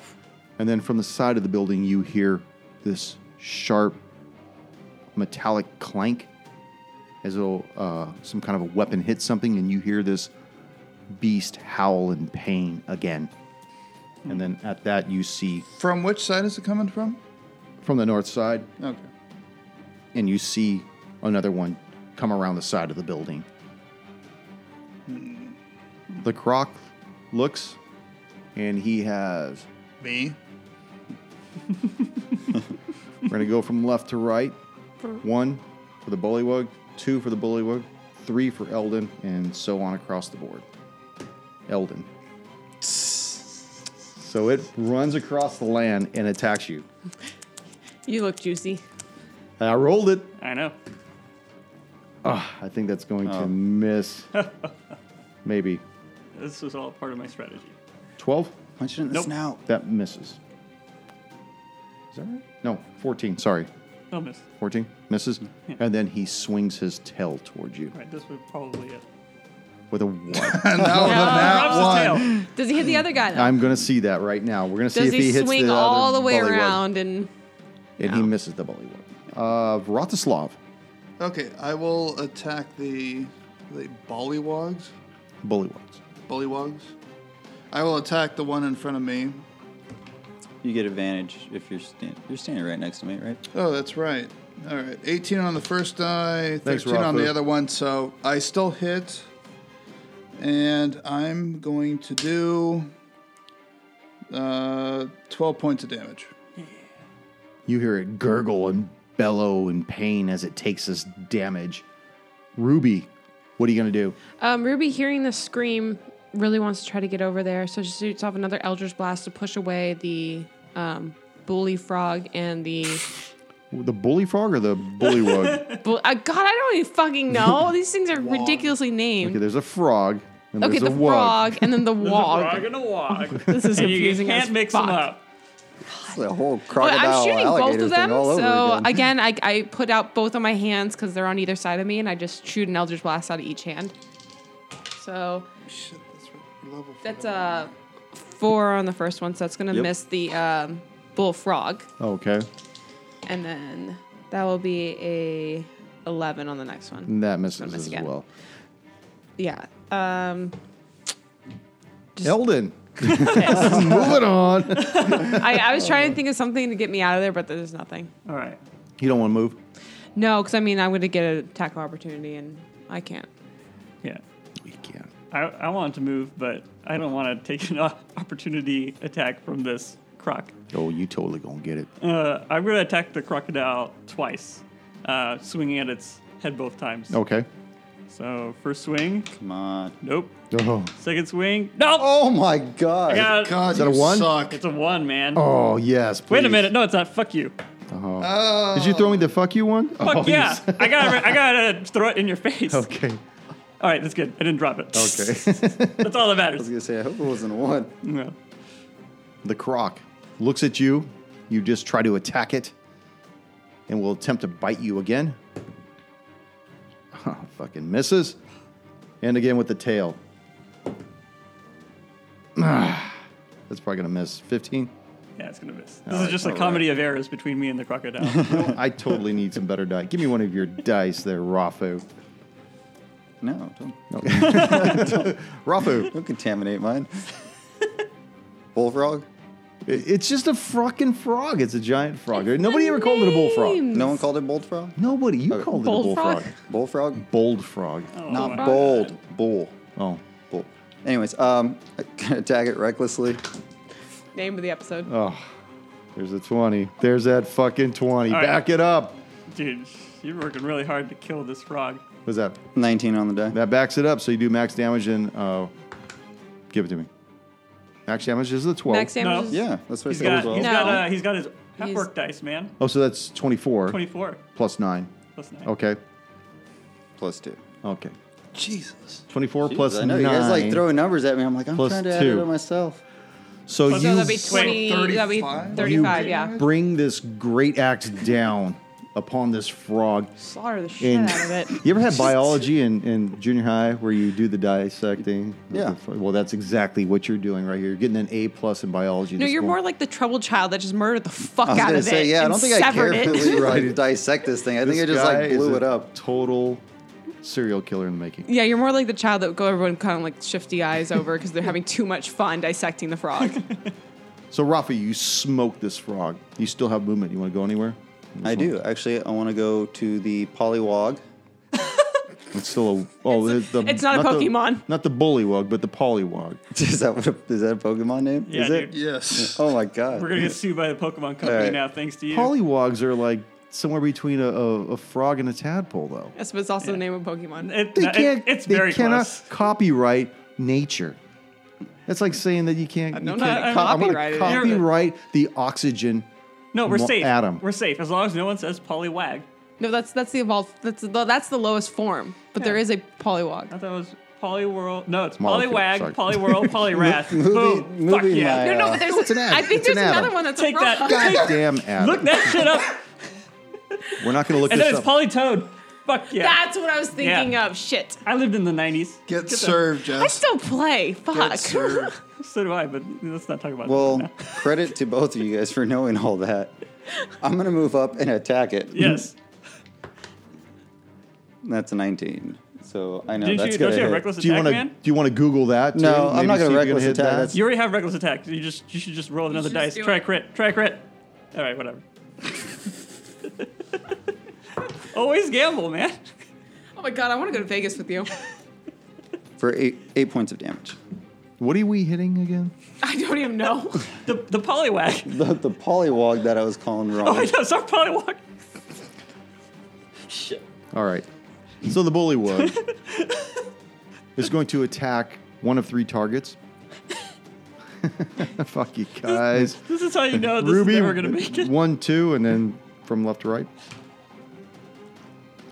[SPEAKER 1] And then from the side of the building you hear this sharp metallic clank as though uh, some kind of a weapon hits something and you hear this beast howl in pain again. And then at that you see
[SPEAKER 4] From which side is it coming from?
[SPEAKER 1] from the north side
[SPEAKER 4] Okay.
[SPEAKER 1] and you see another one come around the side of the building. The croc looks and he has.
[SPEAKER 4] Me.
[SPEAKER 1] We're going to go from left to right. One for the bullywug, two for the bullywug, three for Eldon, and so on across the board. Eldon. So it runs across the land and attacks you.
[SPEAKER 6] You look juicy.
[SPEAKER 1] And I rolled it.
[SPEAKER 3] I know.
[SPEAKER 1] I think that's going to miss. Maybe.
[SPEAKER 3] This was all part of my strategy.
[SPEAKER 1] 12?
[SPEAKER 5] Punch it in the
[SPEAKER 3] Nope.
[SPEAKER 5] snout.
[SPEAKER 1] That misses. Is that right? No, 14. Sorry.
[SPEAKER 3] No, miss.
[SPEAKER 1] 14 misses. And then he swings his tail towards you
[SPEAKER 3] All right, this was probably it.
[SPEAKER 1] with a one.
[SPEAKER 3] Drops his tail.
[SPEAKER 6] Does he hit the other guy, though?
[SPEAKER 1] Oh, I'm going to see that right now. We're going to see
[SPEAKER 6] Does
[SPEAKER 1] if he,
[SPEAKER 6] he,
[SPEAKER 1] hits
[SPEAKER 6] swing
[SPEAKER 1] the other
[SPEAKER 6] all the way
[SPEAKER 1] bullywug.
[SPEAKER 6] around and.
[SPEAKER 1] And he misses the bullywug. Uh, Vratislav.
[SPEAKER 4] Okay, I will attack the the bollywogs.
[SPEAKER 1] Bullywugs.
[SPEAKER 4] Bullywogs. I will attack the one in front of me.
[SPEAKER 5] You get advantage if you're stand- you're standing right next to me, right?
[SPEAKER 4] Oh, that's right. All right, 18 on the first die, 13
[SPEAKER 1] Thanks,
[SPEAKER 4] on
[SPEAKER 1] Rafa.
[SPEAKER 4] the other one. So I still hit, and I'm going to do uh, 12 points of damage.
[SPEAKER 1] You hear it gurgle and bellow in pain as it takes this damage. Ruby, what are you going to do?
[SPEAKER 6] Um, Ruby, hearing the scream, really wants to try to get over there, so she shoots off another Eldritch Blast to push away the um, bully frog and the.
[SPEAKER 1] The bully frog or the bully wug? okay,
[SPEAKER 6] Bu- uh, God, I don't even fucking know. These things are ridiculously named.
[SPEAKER 1] there's a frog. And
[SPEAKER 6] Okay,
[SPEAKER 1] there's a
[SPEAKER 6] the
[SPEAKER 1] wug.
[SPEAKER 6] frog and then the wog.
[SPEAKER 3] Frog and a wog.
[SPEAKER 6] This is
[SPEAKER 3] And
[SPEAKER 6] confusing.
[SPEAKER 3] You
[SPEAKER 6] as
[SPEAKER 3] can't mix
[SPEAKER 6] fuck.
[SPEAKER 3] them up.
[SPEAKER 5] It's the whole
[SPEAKER 6] But
[SPEAKER 5] crocodile
[SPEAKER 6] I'm shooting both
[SPEAKER 5] alligator
[SPEAKER 6] of them.
[SPEAKER 5] thing all over
[SPEAKER 6] So
[SPEAKER 5] again.
[SPEAKER 6] again, I, I put out both of my hands because they're on either side of me, and I just shoot an Eldritch Blast out of each hand. So
[SPEAKER 4] Shit, that's right. Level
[SPEAKER 6] that's a four on the first one, so that's gonna
[SPEAKER 5] Yep.
[SPEAKER 6] miss the um, bullfrog,
[SPEAKER 1] Okay.
[SPEAKER 6] and then that will be a eleven on the next one.
[SPEAKER 1] And that misses
[SPEAKER 6] miss
[SPEAKER 1] as
[SPEAKER 6] again.
[SPEAKER 1] well.
[SPEAKER 6] Yeah. Um,
[SPEAKER 1] Elden,
[SPEAKER 6] piss.
[SPEAKER 1] move it on.
[SPEAKER 6] I, I was trying to think of something to get me out of there, but there's nothing.
[SPEAKER 3] All right.
[SPEAKER 1] You don't want to move?
[SPEAKER 6] No, because I mean I'm gonna get a attack of opportunity, and I can't.
[SPEAKER 3] Yeah.
[SPEAKER 1] We can.
[SPEAKER 3] I, I want to move, but I don't want to take an o- opportunity attack from this croc.
[SPEAKER 1] Oh, you totally going to get it.
[SPEAKER 3] Uh, I'm going to attack the crocodile twice, uh, swinging at its head both times.
[SPEAKER 1] Okay.
[SPEAKER 3] So, first swing,
[SPEAKER 5] Come on.
[SPEAKER 3] nope.
[SPEAKER 1] Oh,
[SPEAKER 3] Second swing, nope.
[SPEAKER 5] Oh my god.
[SPEAKER 3] Got it.
[SPEAKER 4] God,
[SPEAKER 1] that
[SPEAKER 4] you
[SPEAKER 1] a one?
[SPEAKER 4] suck.
[SPEAKER 3] It's a one, man.
[SPEAKER 1] oh yes.
[SPEAKER 3] Wait a
[SPEAKER 1] please.
[SPEAKER 3] minute. No, it's not. Fuck you.
[SPEAKER 1] Oh.
[SPEAKER 4] Oh,
[SPEAKER 1] Did you throw me the fuck you one?
[SPEAKER 3] Fuck
[SPEAKER 1] oh,
[SPEAKER 3] yeah.
[SPEAKER 1] yes.
[SPEAKER 3] I got to I gotta throw it in your face.
[SPEAKER 1] Okay.
[SPEAKER 3] All right, that's good. I didn't drop it.
[SPEAKER 1] Okay.
[SPEAKER 3] That's all that
[SPEAKER 5] I
[SPEAKER 3] matters.
[SPEAKER 5] was gonna say I hope it wasn't a one.
[SPEAKER 3] No.
[SPEAKER 1] the croc looks at you. You just try to attack it, and will attempt to bite you again. Oh, fucking misses, and again with the tail. Ah, That's probably gonna miss. Fifteen.
[SPEAKER 3] Yeah, it's going to miss. This
[SPEAKER 1] All
[SPEAKER 3] is
[SPEAKER 1] right,
[SPEAKER 3] just a
[SPEAKER 1] all
[SPEAKER 3] comedy of errors between me and the crocodile.
[SPEAKER 1] I totally need some better die. Give me one of your dice there, Rafu.
[SPEAKER 5] No, don't
[SPEAKER 1] Rafu,
[SPEAKER 5] don't contaminate mine. Bullfrog?
[SPEAKER 1] i- it's just a fucking frog. It's a giant frog. Nobody ever called it a bullfrog.
[SPEAKER 5] No one called it bold frog?
[SPEAKER 1] Nobody, you
[SPEAKER 5] Okay.
[SPEAKER 1] called it a
[SPEAKER 6] Bullfrog?
[SPEAKER 1] bullfrog.
[SPEAKER 5] Bullfrog?
[SPEAKER 1] Bold frog.
[SPEAKER 5] Not
[SPEAKER 3] wow.
[SPEAKER 5] bold. Bull.
[SPEAKER 1] Oh.
[SPEAKER 5] Bull. Anyways, um I can attack it recklessly.
[SPEAKER 6] Name of the episode.
[SPEAKER 5] Oh.
[SPEAKER 1] There's a 20. There's that fucking 20.
[SPEAKER 3] All right.
[SPEAKER 1] Back it up.
[SPEAKER 3] Dude, you're working really hard to kill this frog.
[SPEAKER 1] What's that?
[SPEAKER 5] Nineteen on the die.
[SPEAKER 1] That backs it up, so you do max damage and uh, give it to me. Max damage is the 12.
[SPEAKER 6] Max damage.
[SPEAKER 3] No.
[SPEAKER 6] is-
[SPEAKER 5] Yeah, that's what
[SPEAKER 3] He's
[SPEAKER 5] I said.
[SPEAKER 3] got,
[SPEAKER 5] Bullfrog.
[SPEAKER 3] he's
[SPEAKER 6] No.
[SPEAKER 3] got, uh, he's got his
[SPEAKER 6] He's-
[SPEAKER 3] half-work dice, man.
[SPEAKER 1] oh, so that's 24,
[SPEAKER 3] 24
[SPEAKER 1] plus 9.
[SPEAKER 3] plus 9.
[SPEAKER 1] Okay.
[SPEAKER 5] Plus two.
[SPEAKER 1] Okay.
[SPEAKER 4] Jesus.
[SPEAKER 1] 24
[SPEAKER 5] Jeez,
[SPEAKER 1] plus
[SPEAKER 5] I know
[SPEAKER 1] 9.
[SPEAKER 5] you guys like throwing numbers at me. I'm like, I'm
[SPEAKER 1] Plus
[SPEAKER 5] trying to add
[SPEAKER 1] two.
[SPEAKER 5] it up myself.
[SPEAKER 1] so
[SPEAKER 3] So
[SPEAKER 6] So
[SPEAKER 1] you
[SPEAKER 6] that'd be
[SPEAKER 3] Wait,
[SPEAKER 6] twenty. that'd be
[SPEAKER 4] 35?
[SPEAKER 6] thirty-five. Yeah.
[SPEAKER 1] bring this great axe down upon this frog.
[SPEAKER 6] Slaughter the shit
[SPEAKER 1] And
[SPEAKER 6] out of it.
[SPEAKER 1] you ever had biology in, in junior high where you do the dissecting?
[SPEAKER 5] Yeah.
[SPEAKER 1] Well, that's exactly what you're doing right here. You're getting an A plus in biology.
[SPEAKER 6] No,
[SPEAKER 1] this
[SPEAKER 6] you're
[SPEAKER 1] morning.
[SPEAKER 6] more like the troubled child that just murdered the fuck
[SPEAKER 5] I was
[SPEAKER 6] out
[SPEAKER 5] gonna
[SPEAKER 6] of
[SPEAKER 5] say,
[SPEAKER 6] it.
[SPEAKER 5] yeah, I
[SPEAKER 6] and
[SPEAKER 5] don't think I
[SPEAKER 6] severed it.
[SPEAKER 5] carefully
[SPEAKER 1] Right.
[SPEAKER 5] like, dissect this thing. I think
[SPEAKER 1] This
[SPEAKER 5] I just
[SPEAKER 1] guy
[SPEAKER 5] like
[SPEAKER 1] is
[SPEAKER 5] blew
[SPEAKER 1] a
[SPEAKER 5] it up.
[SPEAKER 1] Total serial killer in the making.
[SPEAKER 6] Yeah, you're more like the child that would go everyone kind of like shifty eyes over because they're having too much fun dissecting the frog.
[SPEAKER 1] So Rafa, you smoked this frog. You still have movement. You want to go anywhere?
[SPEAKER 5] I do. Actually, I want to go to the polywog.
[SPEAKER 1] It's still a oh, it's, the,
[SPEAKER 6] it's not a
[SPEAKER 1] the-
[SPEAKER 6] Pokemon.
[SPEAKER 1] not the bullywog, but the polywog.
[SPEAKER 5] Is that what a, is that a Pokemon name?
[SPEAKER 3] Yeah,
[SPEAKER 5] is it?
[SPEAKER 3] dude.
[SPEAKER 4] Yes.
[SPEAKER 5] Oh my god.
[SPEAKER 3] We're going to get sued by the Pokemon company
[SPEAKER 5] Alright.
[SPEAKER 3] now, thanks to you.
[SPEAKER 1] Polywogs are like somewhere between a, a, a frog and a tadpole, though.
[SPEAKER 6] That's what's also the name of Pokemon.
[SPEAKER 3] It-
[SPEAKER 1] They
[SPEAKER 3] it-
[SPEAKER 1] can't.
[SPEAKER 3] it's
[SPEAKER 1] they
[SPEAKER 3] very
[SPEAKER 1] cannot
[SPEAKER 3] close.
[SPEAKER 1] copyright nature. That's like saying that you
[SPEAKER 3] Uh,
[SPEAKER 1] can't.
[SPEAKER 6] No,
[SPEAKER 1] you
[SPEAKER 6] no,
[SPEAKER 1] can't
[SPEAKER 6] I- I-
[SPEAKER 1] co- I'm gonna
[SPEAKER 6] copyrighted it.
[SPEAKER 1] copyright the oxygen.
[SPEAKER 3] No, we're
[SPEAKER 1] Mo-
[SPEAKER 3] safe.
[SPEAKER 1] Adam.
[SPEAKER 3] We're safe as long as no one says polywag.
[SPEAKER 6] No, that's that's the evolved. That's the, that's the lowest form, but there
[SPEAKER 3] Yeah.
[SPEAKER 6] is a Polywog.
[SPEAKER 3] I thought it was polyworld. No, it's
[SPEAKER 1] Molecule,
[SPEAKER 3] polywag,
[SPEAKER 1] sorry.
[SPEAKER 3] polywhag, polywhirl, polyrath.
[SPEAKER 5] movie-
[SPEAKER 3] Boom.
[SPEAKER 5] movie
[SPEAKER 3] Fuck yeah.
[SPEAKER 5] my-
[SPEAKER 6] No, no,
[SPEAKER 5] Yeah.
[SPEAKER 6] but there's.
[SPEAKER 1] No, it's an ad.
[SPEAKER 6] I think
[SPEAKER 1] It's an
[SPEAKER 6] there's another
[SPEAKER 1] atom.
[SPEAKER 6] one that's a
[SPEAKER 3] Take that.
[SPEAKER 6] frog.
[SPEAKER 1] Goddamn Adam.
[SPEAKER 3] Look that shit up.
[SPEAKER 1] We're not going to look
[SPEAKER 3] And then
[SPEAKER 1] this
[SPEAKER 3] it's
[SPEAKER 1] up.
[SPEAKER 3] polytoad. Fuck yeah.
[SPEAKER 6] That's what I was thinking
[SPEAKER 3] Yeah.
[SPEAKER 6] of. Shit,
[SPEAKER 3] I lived in the 90s.
[SPEAKER 4] Get served,
[SPEAKER 6] I
[SPEAKER 4] Jess.
[SPEAKER 6] still play.
[SPEAKER 4] Get
[SPEAKER 6] Fuck.
[SPEAKER 4] served.
[SPEAKER 3] So do I, but let's not talk about
[SPEAKER 5] Well,
[SPEAKER 3] that.
[SPEAKER 5] credit to both of you guys for knowing all that. I'm gonna move up and attack it.
[SPEAKER 3] now. Yes.
[SPEAKER 5] That's a 19. So I know
[SPEAKER 3] Didn't
[SPEAKER 5] that's
[SPEAKER 3] you,
[SPEAKER 5] gonna
[SPEAKER 3] don't you have
[SPEAKER 5] hit.
[SPEAKER 3] reckless
[SPEAKER 1] do you
[SPEAKER 3] attack,
[SPEAKER 1] want to?
[SPEAKER 3] man?
[SPEAKER 1] Do you want to Google that?
[SPEAKER 5] No,
[SPEAKER 1] too?
[SPEAKER 5] I'm
[SPEAKER 1] Maybe
[SPEAKER 5] not gonna
[SPEAKER 1] see if you can
[SPEAKER 5] reckless
[SPEAKER 1] hit
[SPEAKER 5] attack.
[SPEAKER 1] that?
[SPEAKER 5] That's-
[SPEAKER 3] You already have reckless attack. You just you should just roll another
[SPEAKER 6] should
[SPEAKER 3] dice.
[SPEAKER 6] just do
[SPEAKER 3] Try
[SPEAKER 6] it.
[SPEAKER 3] crit. Try crit. All right, whatever. Always gamble, man.
[SPEAKER 6] Oh my god, I want to go to Vegas with you.
[SPEAKER 5] for eight eight points of damage.
[SPEAKER 1] What are we hitting again?
[SPEAKER 6] I don't even know.
[SPEAKER 3] The, the polywag.
[SPEAKER 5] The, the polywog that I was calling
[SPEAKER 3] Oh,
[SPEAKER 5] wrong.
[SPEAKER 3] wait, that's our polywag. Shit.
[SPEAKER 1] All right. So the bully one is going to attack one of three targets. Fuck you guys.
[SPEAKER 3] This is how you know this
[SPEAKER 1] Ruby,
[SPEAKER 3] is never going to make it.
[SPEAKER 1] one, two, and then from left to right.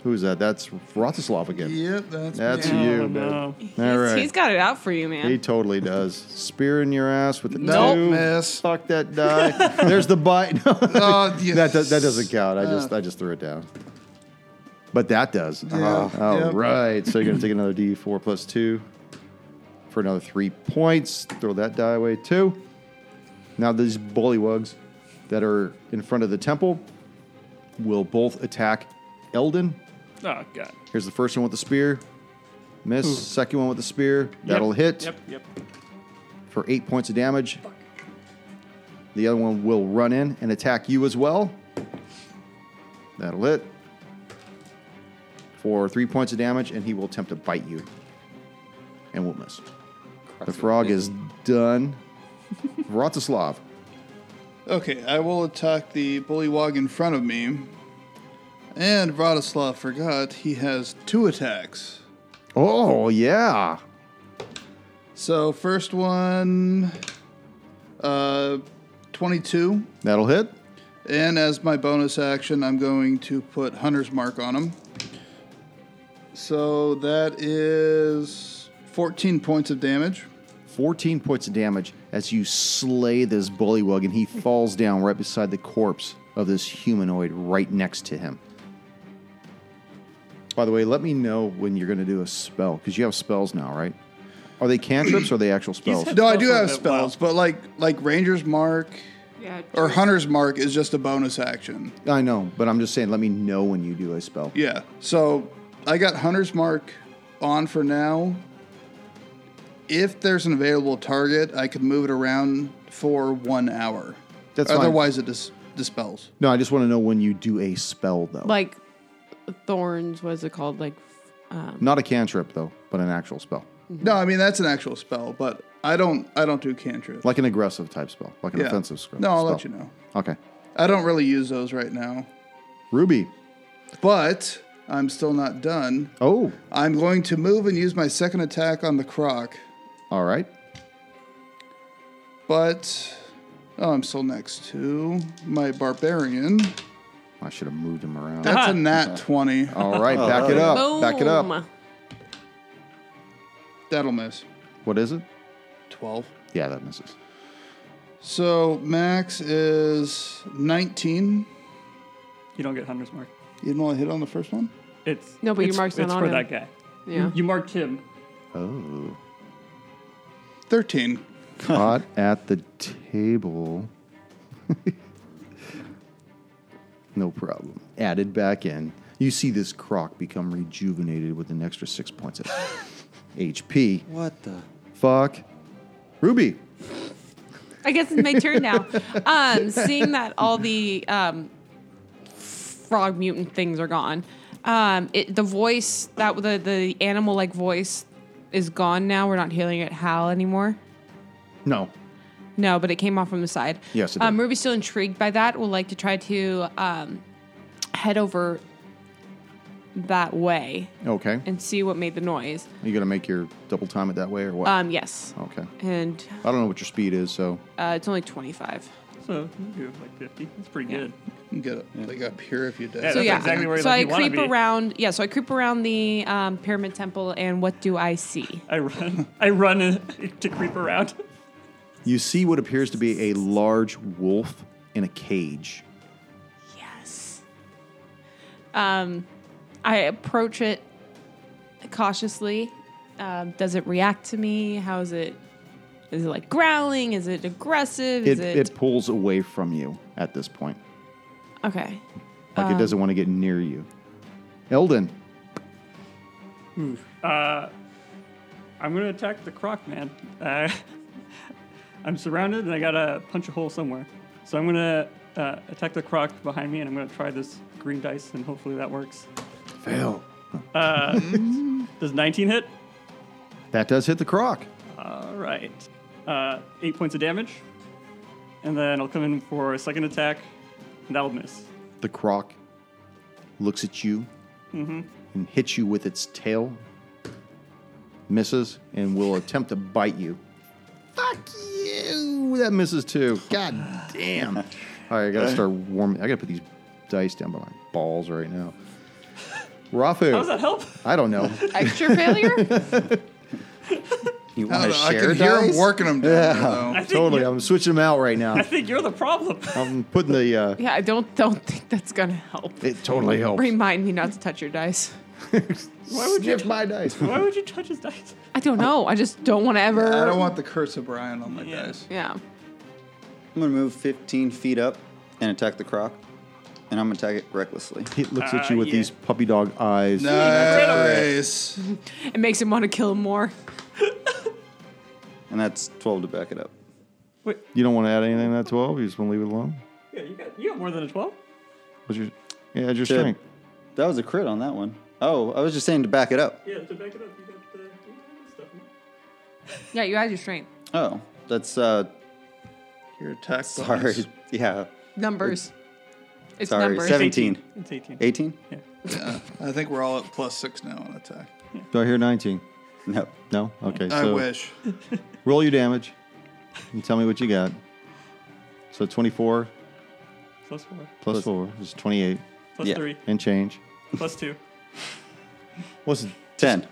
[SPEAKER 1] Who is that? That's Rotislav again.
[SPEAKER 4] Yep, that's,
[SPEAKER 1] That's
[SPEAKER 4] me.
[SPEAKER 1] you,
[SPEAKER 3] Oh,
[SPEAKER 1] man.
[SPEAKER 3] no.
[SPEAKER 1] All
[SPEAKER 6] He's-
[SPEAKER 1] right.
[SPEAKER 6] He's got it out for you,
[SPEAKER 1] He
[SPEAKER 6] man.
[SPEAKER 1] totally does. Spear in your ass with the
[SPEAKER 4] Nope,
[SPEAKER 1] two.
[SPEAKER 4] miss.
[SPEAKER 1] Fuck that die. There's the bite. No,
[SPEAKER 4] Oh, yes.
[SPEAKER 1] that, do- that doesn't count. I just I just threw it down. But that does. Oh,
[SPEAKER 4] Yeah,
[SPEAKER 1] All
[SPEAKER 4] yeah.
[SPEAKER 1] right. So you're gonna take another D4 plus two for another three points. Throw that die away too. Now these bullywugs that are in front of the temple will both attack Eldon.
[SPEAKER 3] Oh, God.
[SPEAKER 1] Here's the first one with the spear. Miss. Second one with the spear. That'll
[SPEAKER 3] Yep,
[SPEAKER 1] hit
[SPEAKER 3] Yep, yep.
[SPEAKER 1] for eight points of damage. The other one will run in and attack you as well. That'll hit for three points of damage, and he will attempt to bite you and will miss. The frog is done. Vratislav.
[SPEAKER 4] Okay, I will attack the bullywog in front of me. And Vratislav forgot he has two attacks.
[SPEAKER 1] Oh, yeah.
[SPEAKER 4] So first one, uh, 22,
[SPEAKER 1] That'll hit.
[SPEAKER 4] and as my bonus action, I'm going to put Hunter's Mark on him. So that is 14 points of damage.
[SPEAKER 1] 14 points of damage as you slay this bullywug, and he falls down right beside the corpse of this humanoid right next to him. By the way, let me know when you're going to do a spell, because you have spells now, right? Are they cantrips or are they actual spells?
[SPEAKER 3] had-
[SPEAKER 4] No, I do
[SPEAKER 3] Also
[SPEAKER 4] have
[SPEAKER 3] that-
[SPEAKER 4] spells, but like like Ranger's Mark
[SPEAKER 6] Yeah.
[SPEAKER 4] or Hunter's Mark is just a bonus action.
[SPEAKER 1] I know, but I'm just saying, let me know when you do a spell.
[SPEAKER 4] Yeah. So I got Hunter's Mark on for now. If there's an available target, I could move it around for one hour.
[SPEAKER 1] That's fine.
[SPEAKER 4] Otherwise, it dis- dispels.
[SPEAKER 1] No, I just want to know when you do a spell, though.
[SPEAKER 6] Like thorns. What is it called? Like
[SPEAKER 1] Not a cantrip, though, but an actual spell.
[SPEAKER 4] No, I mean that's an actual spell, but I don't. I don't do cantrips.
[SPEAKER 1] Like an aggressive type spell, like an
[SPEAKER 4] Yeah.
[SPEAKER 1] offensive spell.
[SPEAKER 4] No, I'll let you know.
[SPEAKER 1] Okay.
[SPEAKER 4] I don't really use those right now,
[SPEAKER 1] Ruby.
[SPEAKER 4] but I'm still not done.
[SPEAKER 1] Oh,
[SPEAKER 4] I'm going to move and use my second attack on the croc,
[SPEAKER 1] all right.
[SPEAKER 4] but oh, I'm still next to my barbarian.
[SPEAKER 1] I should have moved him around.
[SPEAKER 4] That's a
[SPEAKER 1] Uh-huh.
[SPEAKER 4] nat twenty.
[SPEAKER 1] All right, back it up. Oh, Back it up.
[SPEAKER 6] Boom.
[SPEAKER 4] That'll miss.
[SPEAKER 1] What is it?
[SPEAKER 4] 12.
[SPEAKER 1] Yeah, that misses.
[SPEAKER 4] So max is 19.
[SPEAKER 3] You don't get Hunter's Mark.
[SPEAKER 4] You didn't only hit on the first one?
[SPEAKER 3] It's
[SPEAKER 6] No, but your
[SPEAKER 3] it's-
[SPEAKER 6] mark's not
[SPEAKER 3] it's
[SPEAKER 6] on
[SPEAKER 3] for
[SPEAKER 6] him.
[SPEAKER 3] that guy.
[SPEAKER 6] Yeah.
[SPEAKER 3] You marked him.
[SPEAKER 1] Oh.
[SPEAKER 4] 13.
[SPEAKER 1] Caught at the table. no problem. Added back in. You see this croc become rejuvenated with an extra six points of HP.
[SPEAKER 5] What the?
[SPEAKER 1] Fuck. Ruby.
[SPEAKER 6] I guess it's my turn now. Um, seeing that all the um, frog mutant things are gone, um, it, the voice that the the animal like voice is gone now. We're not hearing it howl anymore.
[SPEAKER 1] No.
[SPEAKER 6] No, but it came off from the side.
[SPEAKER 1] Yes, it
[SPEAKER 6] um,
[SPEAKER 1] did.
[SPEAKER 6] Ruby's still intrigued by that. Would like to try to um, head over that way
[SPEAKER 1] Okay.
[SPEAKER 6] and see what made the noise.
[SPEAKER 1] Are you going to make your double time it that way or what?
[SPEAKER 6] Um, yes,
[SPEAKER 1] okay.
[SPEAKER 6] and
[SPEAKER 1] I don't know what your speed is, so.
[SPEAKER 6] uh, it's only twenty five.
[SPEAKER 3] So you have like 50. That's pretty good.
[SPEAKER 4] You can get it like up here if you did.
[SPEAKER 3] Yeah,
[SPEAKER 6] So
[SPEAKER 3] That's
[SPEAKER 6] yeah,
[SPEAKER 3] exactly where
[SPEAKER 6] so
[SPEAKER 3] like
[SPEAKER 6] I
[SPEAKER 3] you wanna
[SPEAKER 6] creep
[SPEAKER 3] be.
[SPEAKER 6] around. Yeah, so I creep around the um, pyramid temple, and what do I see?
[SPEAKER 3] I run. I run in- to creep around.
[SPEAKER 1] You see what appears to be a large wolf in a cage.
[SPEAKER 6] Yes. Um, I approach it cautiously. Um, does it react to me? How is it? Is it like growling? Is it aggressive? Is
[SPEAKER 1] It,
[SPEAKER 6] it,
[SPEAKER 1] it pulls away from you at this point.
[SPEAKER 6] okay?
[SPEAKER 1] Like
[SPEAKER 6] Um,
[SPEAKER 1] it doesn't want to get near you. Eldon.
[SPEAKER 3] I'm gonna attack the croc, man. Uh, I'm surrounded and I gotta punch a hole somewhere. So I'm gonna uh, attack the croc behind me and I'm gonna try this green dice and hopefully that works.
[SPEAKER 1] Fail.
[SPEAKER 3] Does 19 hit?
[SPEAKER 1] That does hit the croc.
[SPEAKER 3] All right. Uh, eight points of damage. And then I'll come in for a second attack, and that'll miss.
[SPEAKER 1] The croc looks at you
[SPEAKER 6] Mm-hmm.
[SPEAKER 1] and hits you with its tail, misses, and will attempt to bite you. Fuck you! That misses too. God damn. All right, I gotta start warming. I gotta put these dice down by my balls right now. Rafu.
[SPEAKER 3] How does that help?
[SPEAKER 1] I don't know.
[SPEAKER 6] Extra failure?
[SPEAKER 4] I,
[SPEAKER 5] You
[SPEAKER 4] don't
[SPEAKER 5] want to
[SPEAKER 4] know, I
[SPEAKER 5] share
[SPEAKER 4] can hear him
[SPEAKER 5] dice?
[SPEAKER 4] working them down there, though.
[SPEAKER 3] I think
[SPEAKER 1] totally.
[SPEAKER 3] you-
[SPEAKER 1] I'm switching them out right
[SPEAKER 3] I
[SPEAKER 1] now.
[SPEAKER 3] think you're the problem.
[SPEAKER 1] I'm putting the. Uh,
[SPEAKER 6] Yeah, I don't don't think that's gonna help.
[SPEAKER 1] it totally helps.
[SPEAKER 6] Remind me not to touch your dice.
[SPEAKER 3] Why would you?
[SPEAKER 1] Sniff my dice.
[SPEAKER 3] Why would you touch his dice?
[SPEAKER 6] I don't know. I just don't want to ever.
[SPEAKER 4] I don't want the curse of Brian on my
[SPEAKER 3] Yeah.
[SPEAKER 4] dice.
[SPEAKER 6] Yeah.
[SPEAKER 5] I'm gonna move 15 feet up and attack the croc, and I'm gonna attack it recklessly.
[SPEAKER 1] It looks at
[SPEAKER 3] Uh,
[SPEAKER 1] you with
[SPEAKER 3] yeah.
[SPEAKER 1] these puppy dog eyes.
[SPEAKER 4] Nice.
[SPEAKER 6] It makes him want to kill him more.
[SPEAKER 5] And that's 12 to back it up.
[SPEAKER 3] Wait,
[SPEAKER 1] You don't want to add anything to that 12? You just want to leave it alone?
[SPEAKER 3] yeah, you got you got more than a twelve.
[SPEAKER 1] What's your, yeah, add your
[SPEAKER 5] Sure.
[SPEAKER 1] strength.
[SPEAKER 5] That was a crit on that one. Oh, I was just saying to back it up.
[SPEAKER 3] Yeah, to back it up, you got the you got stuff.
[SPEAKER 6] Yeah, you add your strength.
[SPEAKER 5] Oh, that's uh,
[SPEAKER 4] Your attack.
[SPEAKER 5] sorry.
[SPEAKER 4] bonus.
[SPEAKER 5] Yeah,
[SPEAKER 6] Numbers. It's
[SPEAKER 5] sorry.
[SPEAKER 6] numbers.
[SPEAKER 5] 17,
[SPEAKER 3] It's eighteen.
[SPEAKER 5] 18?
[SPEAKER 4] Yeah, I think we're all at plus six now on attack.
[SPEAKER 1] Do I hear 19?
[SPEAKER 5] No,
[SPEAKER 1] No? Okay.
[SPEAKER 4] I
[SPEAKER 1] so
[SPEAKER 4] wish.
[SPEAKER 1] Roll your damage and tell me what you got. So 24
[SPEAKER 3] Plus four.
[SPEAKER 1] plus, plus 4 is 28
[SPEAKER 3] Plus
[SPEAKER 5] Yeah.
[SPEAKER 3] three.
[SPEAKER 1] and change.
[SPEAKER 3] Plus two.
[SPEAKER 1] What's it?
[SPEAKER 5] 10,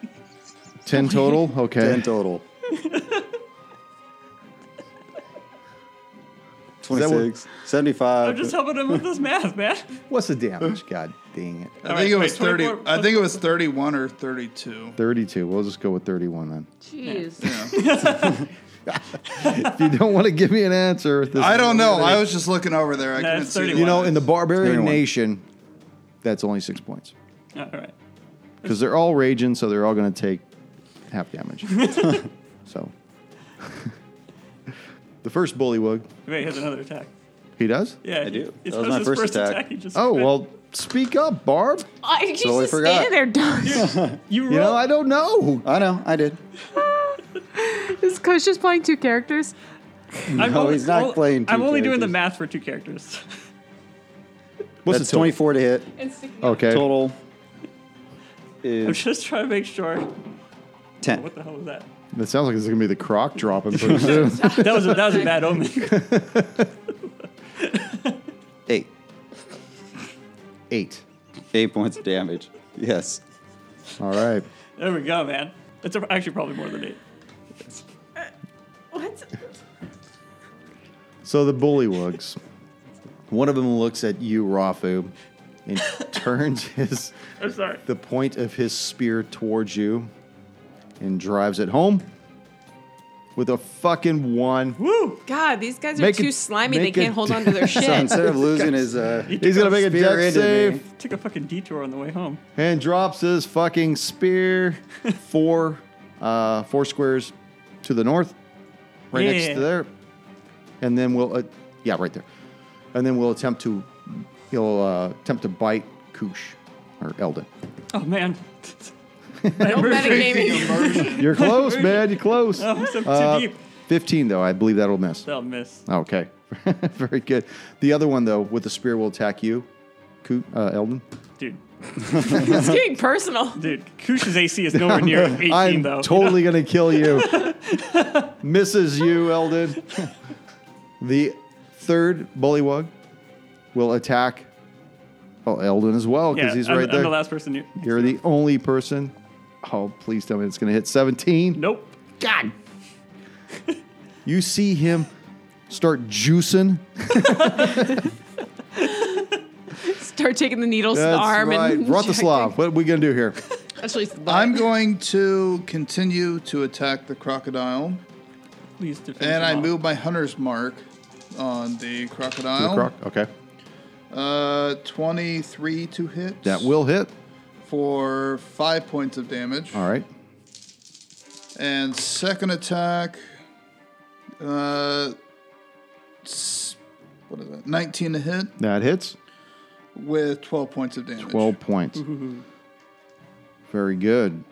[SPEAKER 1] 10 total? Okay.
[SPEAKER 5] 10 total.
[SPEAKER 1] that what-
[SPEAKER 5] 26, 75.
[SPEAKER 3] I'm just helping him with this math, man.
[SPEAKER 1] What's the damage? God dang it.
[SPEAKER 4] I
[SPEAKER 3] All
[SPEAKER 4] think
[SPEAKER 3] right,
[SPEAKER 4] it was
[SPEAKER 3] wait,
[SPEAKER 4] thirty.
[SPEAKER 3] 24
[SPEAKER 4] I think it was thirty-one or thirty-two.
[SPEAKER 1] 32. We'll just go with 31 then.
[SPEAKER 6] Jeez.
[SPEAKER 1] If you don't want to give me an answer, this
[SPEAKER 4] I
[SPEAKER 1] is-
[SPEAKER 4] don't know. I was just looking over there. I
[SPEAKER 3] No,
[SPEAKER 4] couldn't
[SPEAKER 3] it's
[SPEAKER 4] see.
[SPEAKER 3] 31.
[SPEAKER 1] You know, in the barbarian
[SPEAKER 5] 31.
[SPEAKER 1] nation, that's only six points.
[SPEAKER 3] All right.
[SPEAKER 1] because they're all raging, so they're all going to take half damage. so the first bullywug,
[SPEAKER 3] Wait, he has another attack.
[SPEAKER 1] he does.
[SPEAKER 3] Yeah,
[SPEAKER 5] I do.
[SPEAKER 3] It's
[SPEAKER 5] That was my
[SPEAKER 3] his
[SPEAKER 5] first
[SPEAKER 3] first
[SPEAKER 5] attack.
[SPEAKER 3] attack. he just
[SPEAKER 1] Oh
[SPEAKER 3] crit.
[SPEAKER 1] well, speak up, Barb.
[SPEAKER 6] I you
[SPEAKER 5] Totally
[SPEAKER 6] just
[SPEAKER 5] forgot.
[SPEAKER 6] standing there, dumb.
[SPEAKER 3] You rolled.
[SPEAKER 1] You know I don't know.
[SPEAKER 5] I know, I did.
[SPEAKER 6] Is Coach just playing two characters?
[SPEAKER 3] I'm
[SPEAKER 5] No,
[SPEAKER 3] only-
[SPEAKER 5] he's not
[SPEAKER 3] well,
[SPEAKER 5] playing two
[SPEAKER 3] I'm only doing the
[SPEAKER 5] characters.
[SPEAKER 3] math for two characters.
[SPEAKER 1] What's
[SPEAKER 5] that's
[SPEAKER 1] the total?
[SPEAKER 5] 24 to hit.
[SPEAKER 1] Okay.
[SPEAKER 5] Total
[SPEAKER 3] I'm
[SPEAKER 5] is
[SPEAKER 3] just trying to make sure.
[SPEAKER 5] 10.
[SPEAKER 3] What the hell was that?
[SPEAKER 1] That sounds like it's going to be the croc dropping pretty soon.
[SPEAKER 3] That was a, that was a bad omen.
[SPEAKER 5] 8.
[SPEAKER 1] Eight.
[SPEAKER 5] 8 points of damage. Yes.
[SPEAKER 1] All right.
[SPEAKER 3] There we go, man. It's a, actually probably more than eight.
[SPEAKER 6] What?
[SPEAKER 1] So the bullywugs. One of them looks at you, Rafu, and turns his
[SPEAKER 3] I'm sorry.
[SPEAKER 1] the point of his spear towards you and drives it home with a fucking one.
[SPEAKER 3] Woo!
[SPEAKER 6] God, these guys are
[SPEAKER 1] Make
[SPEAKER 6] too
[SPEAKER 1] it-
[SPEAKER 6] slimy. They
[SPEAKER 1] make it-
[SPEAKER 6] can't hold on to their
[SPEAKER 5] So
[SPEAKER 6] shit.
[SPEAKER 5] instead of losing his uh,
[SPEAKER 1] He's gonna make a
[SPEAKER 5] spear
[SPEAKER 1] deck
[SPEAKER 5] into
[SPEAKER 1] save
[SPEAKER 5] me,
[SPEAKER 3] Took a fucking detour on the way home.
[SPEAKER 1] and drops his fucking spear four, uh, four squares to the north, right next
[SPEAKER 3] Yeah.
[SPEAKER 1] to there, and then we'll, uh, yeah, right there, and then we'll attempt to, he'll uh, attempt to bite Koosh or Eldon.
[SPEAKER 3] Oh man.
[SPEAKER 6] no metagaming.
[SPEAKER 1] You're close, man. You're close.
[SPEAKER 3] Oh, so too
[SPEAKER 1] Uh,
[SPEAKER 3] deep. I'll
[SPEAKER 1] Fifteen though, I believe that'll miss.
[SPEAKER 3] miss.
[SPEAKER 1] Okay, very good. The other one though, with the spear, will attack you, Koo- uh, Eldon.
[SPEAKER 3] Dude,
[SPEAKER 6] It's getting personal.
[SPEAKER 3] dude, Kush's AC is nowhere near 18
[SPEAKER 1] I'm
[SPEAKER 3] though.
[SPEAKER 1] totally gonna kill you. Misses you, Eldon. the third bullywug will attack. Oh, Eldon as well
[SPEAKER 3] Yeah,
[SPEAKER 1] because he's
[SPEAKER 3] I'm,
[SPEAKER 1] right
[SPEAKER 3] I'm
[SPEAKER 1] there.
[SPEAKER 3] the last person here.
[SPEAKER 1] You're the only person. Oh, please tell me it's gonna hit 17.
[SPEAKER 3] Nope.
[SPEAKER 1] God. you see him start juicing.
[SPEAKER 6] Start taking the needles to the
[SPEAKER 1] That's
[SPEAKER 6] arm
[SPEAKER 1] right.
[SPEAKER 6] and
[SPEAKER 1] Vratislav, what are we gonna do here?
[SPEAKER 6] Actually, it's the butt.
[SPEAKER 4] I'm going to continue to attack the crocodile,
[SPEAKER 3] Please defend
[SPEAKER 4] and I
[SPEAKER 3] him all.
[SPEAKER 4] move my hunter's mark on the
[SPEAKER 1] The
[SPEAKER 4] crocodile.
[SPEAKER 1] croc? Okay,
[SPEAKER 4] Uh, twenty-three to hit.
[SPEAKER 1] that will hit.
[SPEAKER 4] for five points of damage.
[SPEAKER 1] All right.
[SPEAKER 4] And second attack, uh, s- what is that? 19 to hit
[SPEAKER 1] That hits.
[SPEAKER 4] with 12 points of damage.
[SPEAKER 1] 12 points. Very good.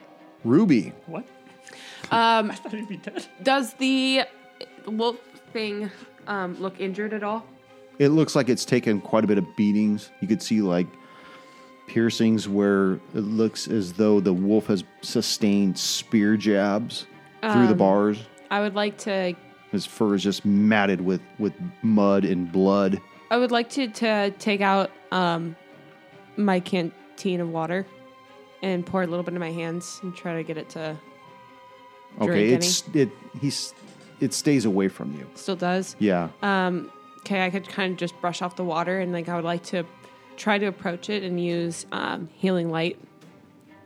[SPEAKER 1] Ruby,
[SPEAKER 3] What?
[SPEAKER 6] Um,
[SPEAKER 3] He'd be dead.
[SPEAKER 6] does the wolf thing um, look injured at all?
[SPEAKER 1] It looks like it's taken quite a bit of beatings. You could see like piercings where it looks as though the wolf has sustained spear jabs through the bars.
[SPEAKER 6] I would like to.
[SPEAKER 1] His fur is just matted with with mud and blood.
[SPEAKER 6] I would like to, to take out um, my canteen of water and pour a little bit in my hands and try to get it to
[SPEAKER 1] Okay,
[SPEAKER 6] Drink
[SPEAKER 1] it's it he's it stays away from you.
[SPEAKER 6] still does.
[SPEAKER 1] Yeah.
[SPEAKER 6] Um, okay, I could kind of just brush off the water and like I would like to try to approach it and use um, healing light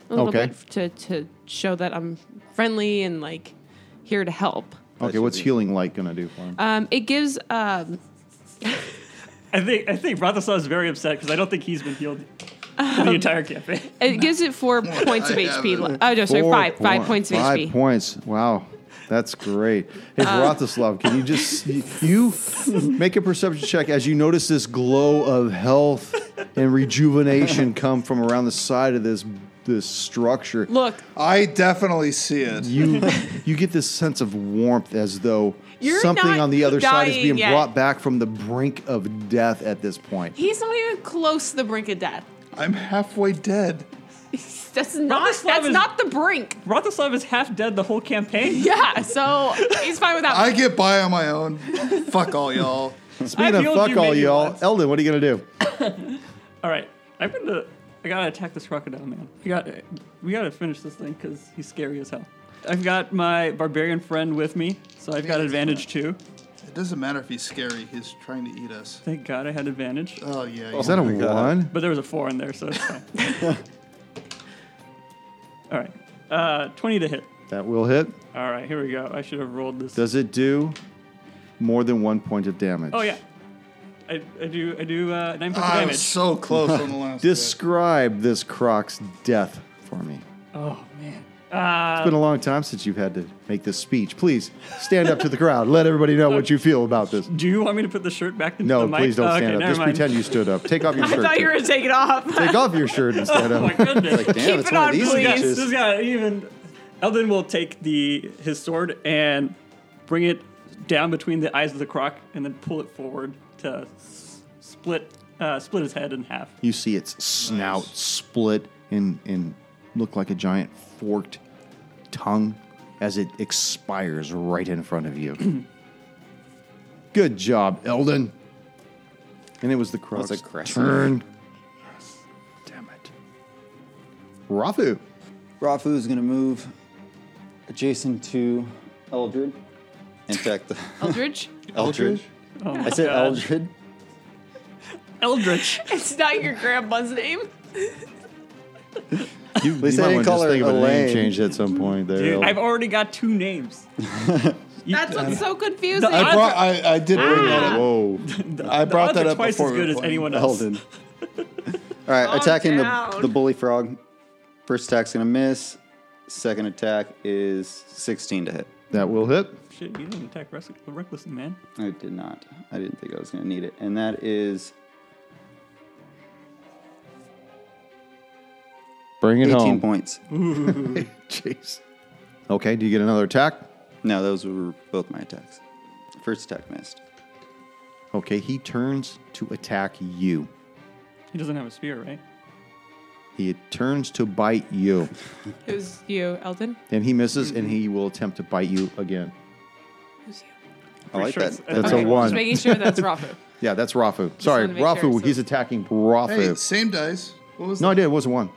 [SPEAKER 6] a little
[SPEAKER 1] Okay.
[SPEAKER 6] bit f- to to show that I'm friendly and like here to help.
[SPEAKER 1] okay, what's healing light gonna do for him?
[SPEAKER 6] Um, it gives um,
[SPEAKER 3] I think I think Rathasaw is very upset because I don't think he's been healed for the entire campaign.
[SPEAKER 6] it gives it four points of
[SPEAKER 4] I
[SPEAKER 6] HP.
[SPEAKER 4] haven't.
[SPEAKER 6] le- Oh no, sorry,
[SPEAKER 1] Four
[SPEAKER 6] five five
[SPEAKER 1] point-
[SPEAKER 6] points of
[SPEAKER 1] Five
[SPEAKER 6] HP.
[SPEAKER 1] points. Wow, that's great. Hey,
[SPEAKER 6] Uh,
[SPEAKER 1] Vratislav, can you just you make a perception check as you notice this glow of health and rejuvenation come from around the side of this this structure?
[SPEAKER 6] Look,
[SPEAKER 4] I definitely see it.
[SPEAKER 1] You you get this sense of warmth as though
[SPEAKER 6] You're
[SPEAKER 1] something
[SPEAKER 6] not
[SPEAKER 1] on the other side is
[SPEAKER 6] dying
[SPEAKER 1] being
[SPEAKER 6] yet.
[SPEAKER 1] brought back from the brink of death at this point.
[SPEAKER 6] he's not even close to the brink of death.
[SPEAKER 4] I'm halfway dead.
[SPEAKER 6] That's not
[SPEAKER 3] Radoslav
[SPEAKER 6] that's
[SPEAKER 3] is-
[SPEAKER 6] not the brink.
[SPEAKER 3] Rathasaw is half dead the whole campaign.
[SPEAKER 6] Yeah, so he's fine without.
[SPEAKER 4] I get by on my own. Fuck all y'all.
[SPEAKER 1] Speaking
[SPEAKER 3] I
[SPEAKER 1] of
[SPEAKER 3] feel
[SPEAKER 1] fuck
[SPEAKER 3] you
[SPEAKER 1] all
[SPEAKER 3] made me
[SPEAKER 1] y'all,
[SPEAKER 3] laugh.
[SPEAKER 1] Eldon, what are you gonna do?
[SPEAKER 5] Oh
[SPEAKER 3] All right, I'm gonna. I gotta attack this crocodile, man. We got. We gotta finish this thing because he's scary as hell. I've got my barbarian friend with me, so I've got advantage too.
[SPEAKER 4] It doesn't matter if he's scary. He's trying to eat us.
[SPEAKER 3] Thank God I had advantage,
[SPEAKER 4] Oh yeah.
[SPEAKER 1] Is that a
[SPEAKER 5] my God.
[SPEAKER 1] one?
[SPEAKER 3] but there was a four in there, so it's fine. All right, uh, twenty to hit.
[SPEAKER 1] That will hit.
[SPEAKER 3] All right, here we go. I should have rolled this.
[SPEAKER 1] Does it do more than one point of damage?
[SPEAKER 3] Oh yeah, I, I do. I do uh, nine points of
[SPEAKER 4] I was
[SPEAKER 3] damage.
[SPEAKER 4] so close on the last.
[SPEAKER 1] Describe this croc's death for me.
[SPEAKER 3] oh man.
[SPEAKER 1] It's been a long time since you've had to make this speech. Please stand up to the crowd. Let everybody know what you feel about this.
[SPEAKER 3] Do you want me to put the shirt back into
[SPEAKER 1] No,
[SPEAKER 3] the mic?
[SPEAKER 1] please don't
[SPEAKER 3] Oh,
[SPEAKER 1] stand
[SPEAKER 3] okay,
[SPEAKER 1] up.
[SPEAKER 3] never
[SPEAKER 1] Just
[SPEAKER 3] mind.
[SPEAKER 1] pretend you stood up. Take off your
[SPEAKER 6] I
[SPEAKER 1] shirt.
[SPEAKER 6] thought you were
[SPEAKER 1] too.
[SPEAKER 6] gonna take it off.
[SPEAKER 1] Take off your shirt and stand
[SPEAKER 3] Oh
[SPEAKER 1] up.
[SPEAKER 3] my goodness.
[SPEAKER 1] Like, damn,
[SPEAKER 6] Keep
[SPEAKER 1] it's
[SPEAKER 6] it
[SPEAKER 1] one of
[SPEAKER 6] on,
[SPEAKER 1] these
[SPEAKER 3] this guy,
[SPEAKER 1] bitches.
[SPEAKER 3] this guy even Eldon will take the his sword and bring it down between the eyes of the croc and then pull it forward to s- split uh, split his head in half.
[SPEAKER 1] You see its snout split and, and look like a giant forked tongue as it expires right in front of you. Good job, Eldon. And it was the crow's
[SPEAKER 5] aggressive.
[SPEAKER 1] turn. Damn it. Rafu.
[SPEAKER 5] Rafu is going to move adjacent to Eldred. In fact, the
[SPEAKER 6] Eldridge,
[SPEAKER 5] Eldred.
[SPEAKER 3] Oh my
[SPEAKER 5] I said
[SPEAKER 3] God.
[SPEAKER 5] Eldred.
[SPEAKER 3] Eldritch.
[SPEAKER 6] it's not your grandma's name.
[SPEAKER 1] You,
[SPEAKER 5] least I
[SPEAKER 1] might
[SPEAKER 5] didn't
[SPEAKER 1] wanna
[SPEAKER 5] call
[SPEAKER 1] just
[SPEAKER 5] her
[SPEAKER 1] think of a name
[SPEAKER 5] Elaine.
[SPEAKER 1] change at some point there.
[SPEAKER 3] Dude,
[SPEAKER 1] Eldon.
[SPEAKER 3] I've already got two names. You-
[SPEAKER 6] That's what's so confusing.
[SPEAKER 3] I
[SPEAKER 4] I brought. I, I did bring that
[SPEAKER 5] Ah!
[SPEAKER 4] up.
[SPEAKER 1] Whoa.
[SPEAKER 4] I
[SPEAKER 3] the
[SPEAKER 4] brought
[SPEAKER 3] odds
[SPEAKER 4] that
[SPEAKER 3] are
[SPEAKER 4] up
[SPEAKER 3] twice
[SPEAKER 4] before
[SPEAKER 3] as
[SPEAKER 4] we were
[SPEAKER 3] good as
[SPEAKER 4] playing.
[SPEAKER 3] anyone else.
[SPEAKER 5] Eldon. All right, attacking the,
[SPEAKER 6] down.
[SPEAKER 5] the bully frog. First attack's going to miss. Second attack is 16 to hit.
[SPEAKER 1] That will hit.
[SPEAKER 3] Shit, you didn't attack reckless- recklessly, man.
[SPEAKER 5] I did not. I didn't think I was going to need it. And that is
[SPEAKER 1] Bring it
[SPEAKER 5] 18
[SPEAKER 1] home.
[SPEAKER 5] points.
[SPEAKER 1] Jeez. Okay, do you get another attack?
[SPEAKER 5] No, those were both my attacks. First attack missed.
[SPEAKER 1] Okay, he turns to attack you.
[SPEAKER 3] He doesn't have a spear, right?
[SPEAKER 1] He turns to bite you.
[SPEAKER 6] Who's you, Eldon?
[SPEAKER 1] Then he misses and he
[SPEAKER 6] Mm-hmm.
[SPEAKER 1] will attempt to bite you again.
[SPEAKER 6] Who's you?
[SPEAKER 5] I
[SPEAKER 3] Pretty
[SPEAKER 5] like
[SPEAKER 3] sure
[SPEAKER 5] that.
[SPEAKER 3] it's-
[SPEAKER 1] That's a
[SPEAKER 3] Okay, just
[SPEAKER 1] one.
[SPEAKER 6] Just making sure that's Rafu.
[SPEAKER 1] yeah, that's Rafu. Sorry,
[SPEAKER 6] wanted to make
[SPEAKER 1] Rafu,
[SPEAKER 6] sure, so-
[SPEAKER 1] he's attacking
[SPEAKER 4] Hey,
[SPEAKER 1] Rafu.
[SPEAKER 4] same dice. What was
[SPEAKER 1] no, I
[SPEAKER 4] that?
[SPEAKER 1] did. It wasn't one.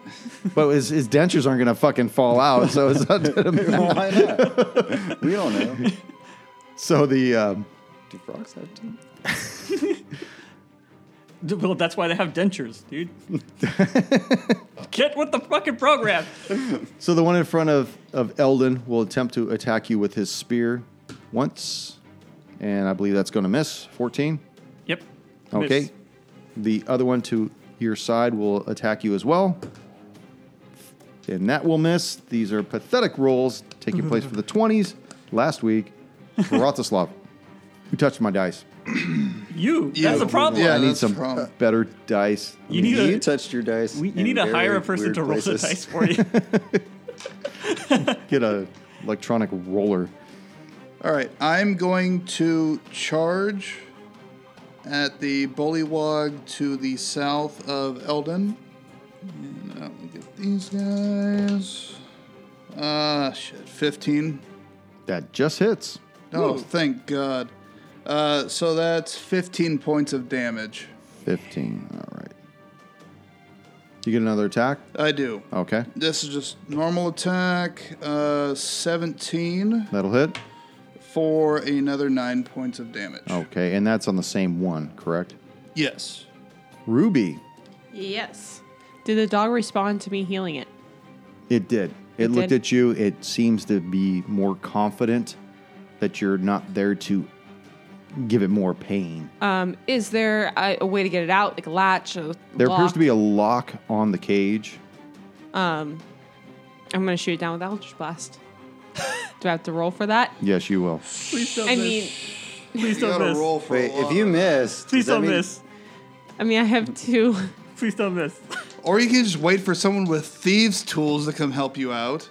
[SPEAKER 1] but his, his dentures aren't going to fucking fall out. So it's not gonna matter.
[SPEAKER 5] Why not? we don't know.
[SPEAKER 1] So the. Um,
[SPEAKER 5] Do frogs have teeth?
[SPEAKER 3] D- Well, that's why they have dentures, dude. Get with the fucking program.
[SPEAKER 1] so the one in front of, of Eldon will attempt to attack you with his spear once. And I believe that's going to miss. 14.
[SPEAKER 3] Yep.
[SPEAKER 1] Okay.
[SPEAKER 3] Miss.
[SPEAKER 1] The other one to your side will attack you as well. And that will miss. These are pathetic rolls taking place for the 20s last week. Vratislav, who touched my dice?
[SPEAKER 3] You. That's the problem.
[SPEAKER 4] Yeah,
[SPEAKER 1] I need
[SPEAKER 4] that's
[SPEAKER 1] some
[SPEAKER 4] the problem.
[SPEAKER 1] better dice. I
[SPEAKER 3] You
[SPEAKER 1] mean,
[SPEAKER 3] need
[SPEAKER 5] You
[SPEAKER 3] a,
[SPEAKER 5] touched your dice.
[SPEAKER 3] we, you
[SPEAKER 5] in
[SPEAKER 3] need to
[SPEAKER 5] very
[SPEAKER 3] hire a person
[SPEAKER 5] weird
[SPEAKER 3] to roll the dice
[SPEAKER 5] places.
[SPEAKER 3] for you.
[SPEAKER 1] get a electronic roller.
[SPEAKER 4] All right, I'm going to charge at the bullywog to the south of Eldon. And I'll get these guys. Ah, shit, 15.
[SPEAKER 1] That just hits.
[SPEAKER 4] Oh, thank God. Uh, so that's 15 points of damage.
[SPEAKER 1] 15. All right. You get another attack?
[SPEAKER 4] I do.
[SPEAKER 1] Okay.
[SPEAKER 4] This is just normal attack, uh, 17
[SPEAKER 1] That'll hit.
[SPEAKER 4] for another 9 points of damage.
[SPEAKER 1] Okay. And that's on the same one, correct?
[SPEAKER 4] Yes.
[SPEAKER 1] Ruby.
[SPEAKER 6] Yes. Did the dog respond to me healing it?
[SPEAKER 1] It did. It,
[SPEAKER 6] It
[SPEAKER 1] looked
[SPEAKER 6] did.
[SPEAKER 1] at you. It seems to be more confident that you're not there to give it more pain.
[SPEAKER 6] Um, is there a, a way to get it out, like a latch? A
[SPEAKER 1] there appears
[SPEAKER 6] lock?
[SPEAKER 1] to be a lock on the cage.
[SPEAKER 6] I'm gonna shoot it down with Eldritch Blast. Do I have to roll for that?
[SPEAKER 1] Yes, you will.
[SPEAKER 3] Please don't
[SPEAKER 6] I
[SPEAKER 3] miss.
[SPEAKER 6] mean,
[SPEAKER 3] Please
[SPEAKER 4] You
[SPEAKER 3] don't
[SPEAKER 4] gotta
[SPEAKER 3] miss.
[SPEAKER 4] roll for
[SPEAKER 5] Wait,
[SPEAKER 4] a
[SPEAKER 5] if
[SPEAKER 4] lot.
[SPEAKER 5] you miss, does
[SPEAKER 3] Please
[SPEAKER 5] that
[SPEAKER 3] don't
[SPEAKER 5] mean-
[SPEAKER 3] miss.
[SPEAKER 6] I mean, I have two.
[SPEAKER 3] Please don't miss.
[SPEAKER 4] Or you can just wait for someone with thieves' tools to come help you out.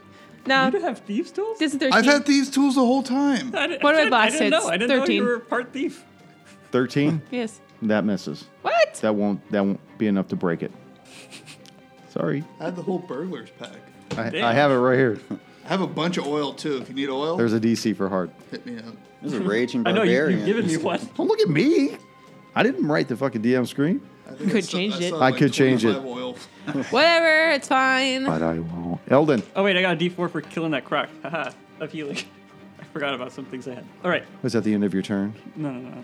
[SPEAKER 6] Now,
[SPEAKER 3] you don't have thieves tools?
[SPEAKER 6] this is 13.
[SPEAKER 4] I've had thieves' tools the whole time.
[SPEAKER 3] I, di-
[SPEAKER 6] What
[SPEAKER 3] I
[SPEAKER 6] about
[SPEAKER 3] didn't-
[SPEAKER 6] blast
[SPEAKER 3] I didn't
[SPEAKER 6] hits?
[SPEAKER 3] know. I didn't know
[SPEAKER 6] 13.
[SPEAKER 3] you were part thief.
[SPEAKER 1] 13.
[SPEAKER 6] yes.
[SPEAKER 1] that misses.
[SPEAKER 6] What?
[SPEAKER 1] That won't that won't be enough to break it. Sorry.
[SPEAKER 4] I had the whole burglars pack.
[SPEAKER 1] I,
[SPEAKER 3] Damn.
[SPEAKER 1] I have it right here.
[SPEAKER 4] I have a bunch of oil too. If you need oil,
[SPEAKER 1] There's a DC for hard.
[SPEAKER 4] hit me up.
[SPEAKER 5] This is a raging
[SPEAKER 3] I know you,
[SPEAKER 5] barbarian.
[SPEAKER 3] you've given me one.
[SPEAKER 1] Don't look at me. I didn't write the fucking DM screen.
[SPEAKER 4] I think
[SPEAKER 6] Could
[SPEAKER 4] I still-
[SPEAKER 6] change
[SPEAKER 4] I
[SPEAKER 6] it.
[SPEAKER 4] still have
[SPEAKER 1] I could change it.
[SPEAKER 4] 25 Oil.
[SPEAKER 6] Whatever. It's fine.
[SPEAKER 1] But I won't. Eldon.
[SPEAKER 3] Oh wait, I got a D4 for killing that croc. Haha, of healing. I forgot about some things I had. All right,
[SPEAKER 1] Is that the end of your turn?
[SPEAKER 3] no, no, no.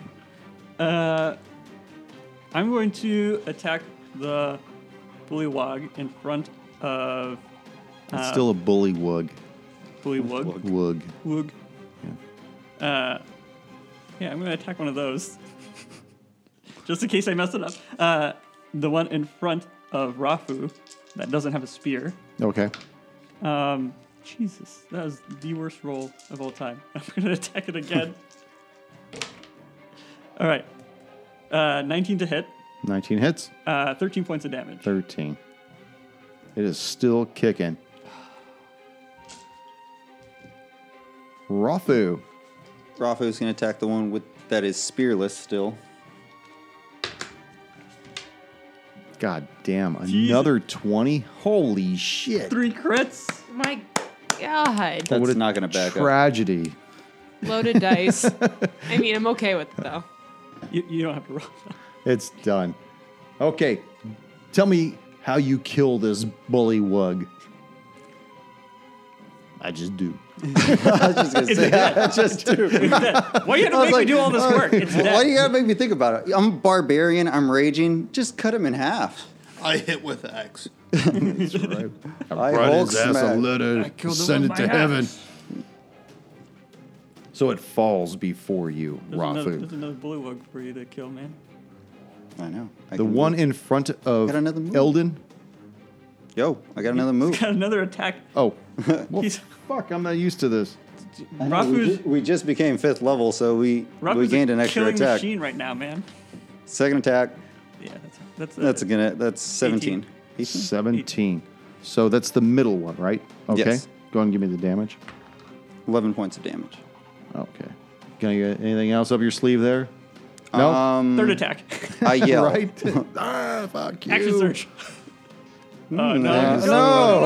[SPEAKER 3] Uh, I'm going to attack the bullywog in front of
[SPEAKER 1] It's still a bully wug.
[SPEAKER 3] bullywog.
[SPEAKER 1] Uh, Wug.
[SPEAKER 3] Wog. Yeah. Uh, yeah, I'm going to attack one of those, just in case I mess it up. Uh, the one in front of Rafu that doesn't have a spear.
[SPEAKER 1] Okay.
[SPEAKER 3] Um, Jesus, that was the worst roll of all time. I'm gonna attack it again. all right, uh, 19 to hit,
[SPEAKER 1] 19 hits.
[SPEAKER 3] uh, 13 points of damage.
[SPEAKER 1] 13. It is still kicking. Rothu.
[SPEAKER 5] Rafu's gonna attack the one with that is spearless still.
[SPEAKER 1] God damn. Another 20? Holy shit.
[SPEAKER 3] Three crits.
[SPEAKER 6] Oh My God.
[SPEAKER 5] That's
[SPEAKER 1] What a
[SPEAKER 5] not gonna back up.
[SPEAKER 1] Tragedy.
[SPEAKER 6] Loaded dice. I mean, I'm okay with it though.
[SPEAKER 3] You, you don't have to roll.
[SPEAKER 1] It's done. Okay. Tell me how you kill this bully wug. I just do.
[SPEAKER 5] I was just gonna
[SPEAKER 3] It's
[SPEAKER 5] say.
[SPEAKER 3] dead.
[SPEAKER 5] just do.
[SPEAKER 3] Why you have to
[SPEAKER 5] I was
[SPEAKER 3] make me
[SPEAKER 5] like,
[SPEAKER 3] do all this
[SPEAKER 5] uh,
[SPEAKER 3] work? It's
[SPEAKER 5] why
[SPEAKER 3] dead.
[SPEAKER 5] do you gotta make me think about it? I'm barbarian. I'm raging. Just cut him in half.
[SPEAKER 4] I hit with the axe.
[SPEAKER 5] I Hulk smack.
[SPEAKER 1] letter.
[SPEAKER 3] killed the one by half.
[SPEAKER 1] So it falls before you,
[SPEAKER 3] There's another, there's
[SPEAKER 1] Rafu.
[SPEAKER 3] another bullywug for you to kill, man.
[SPEAKER 5] I know. I
[SPEAKER 1] The
[SPEAKER 5] can
[SPEAKER 1] one
[SPEAKER 5] move.
[SPEAKER 1] in front of
[SPEAKER 5] Got another move.
[SPEAKER 1] Eldon.
[SPEAKER 5] Yo, I got another move.
[SPEAKER 3] Got another attack.
[SPEAKER 1] Oh, well,
[SPEAKER 3] He's-
[SPEAKER 1] fuck! I'm not used to this.
[SPEAKER 5] I know, we,
[SPEAKER 3] Rafu's-
[SPEAKER 5] ju- we just became fifth level, so we we
[SPEAKER 3] Rafu's
[SPEAKER 5] gained an
[SPEAKER 3] a
[SPEAKER 5] extra
[SPEAKER 3] killing
[SPEAKER 5] attack.
[SPEAKER 3] machine right now, man.
[SPEAKER 5] Second attack.
[SPEAKER 3] Yeah, that's that's,
[SPEAKER 5] That's gonna. That's 17. 18?
[SPEAKER 1] Seventeen. So that's the middle one, right? Okay.
[SPEAKER 5] Yes.
[SPEAKER 1] Go on and give me the damage.
[SPEAKER 5] 11 points of damage.
[SPEAKER 1] Okay. Can I get anything else up your sleeve there? No.
[SPEAKER 5] Um,
[SPEAKER 3] third attack.
[SPEAKER 5] I yell.
[SPEAKER 1] right. ah, fuck you.
[SPEAKER 3] Action surge. Oh no,
[SPEAKER 5] Uh,
[SPEAKER 3] no,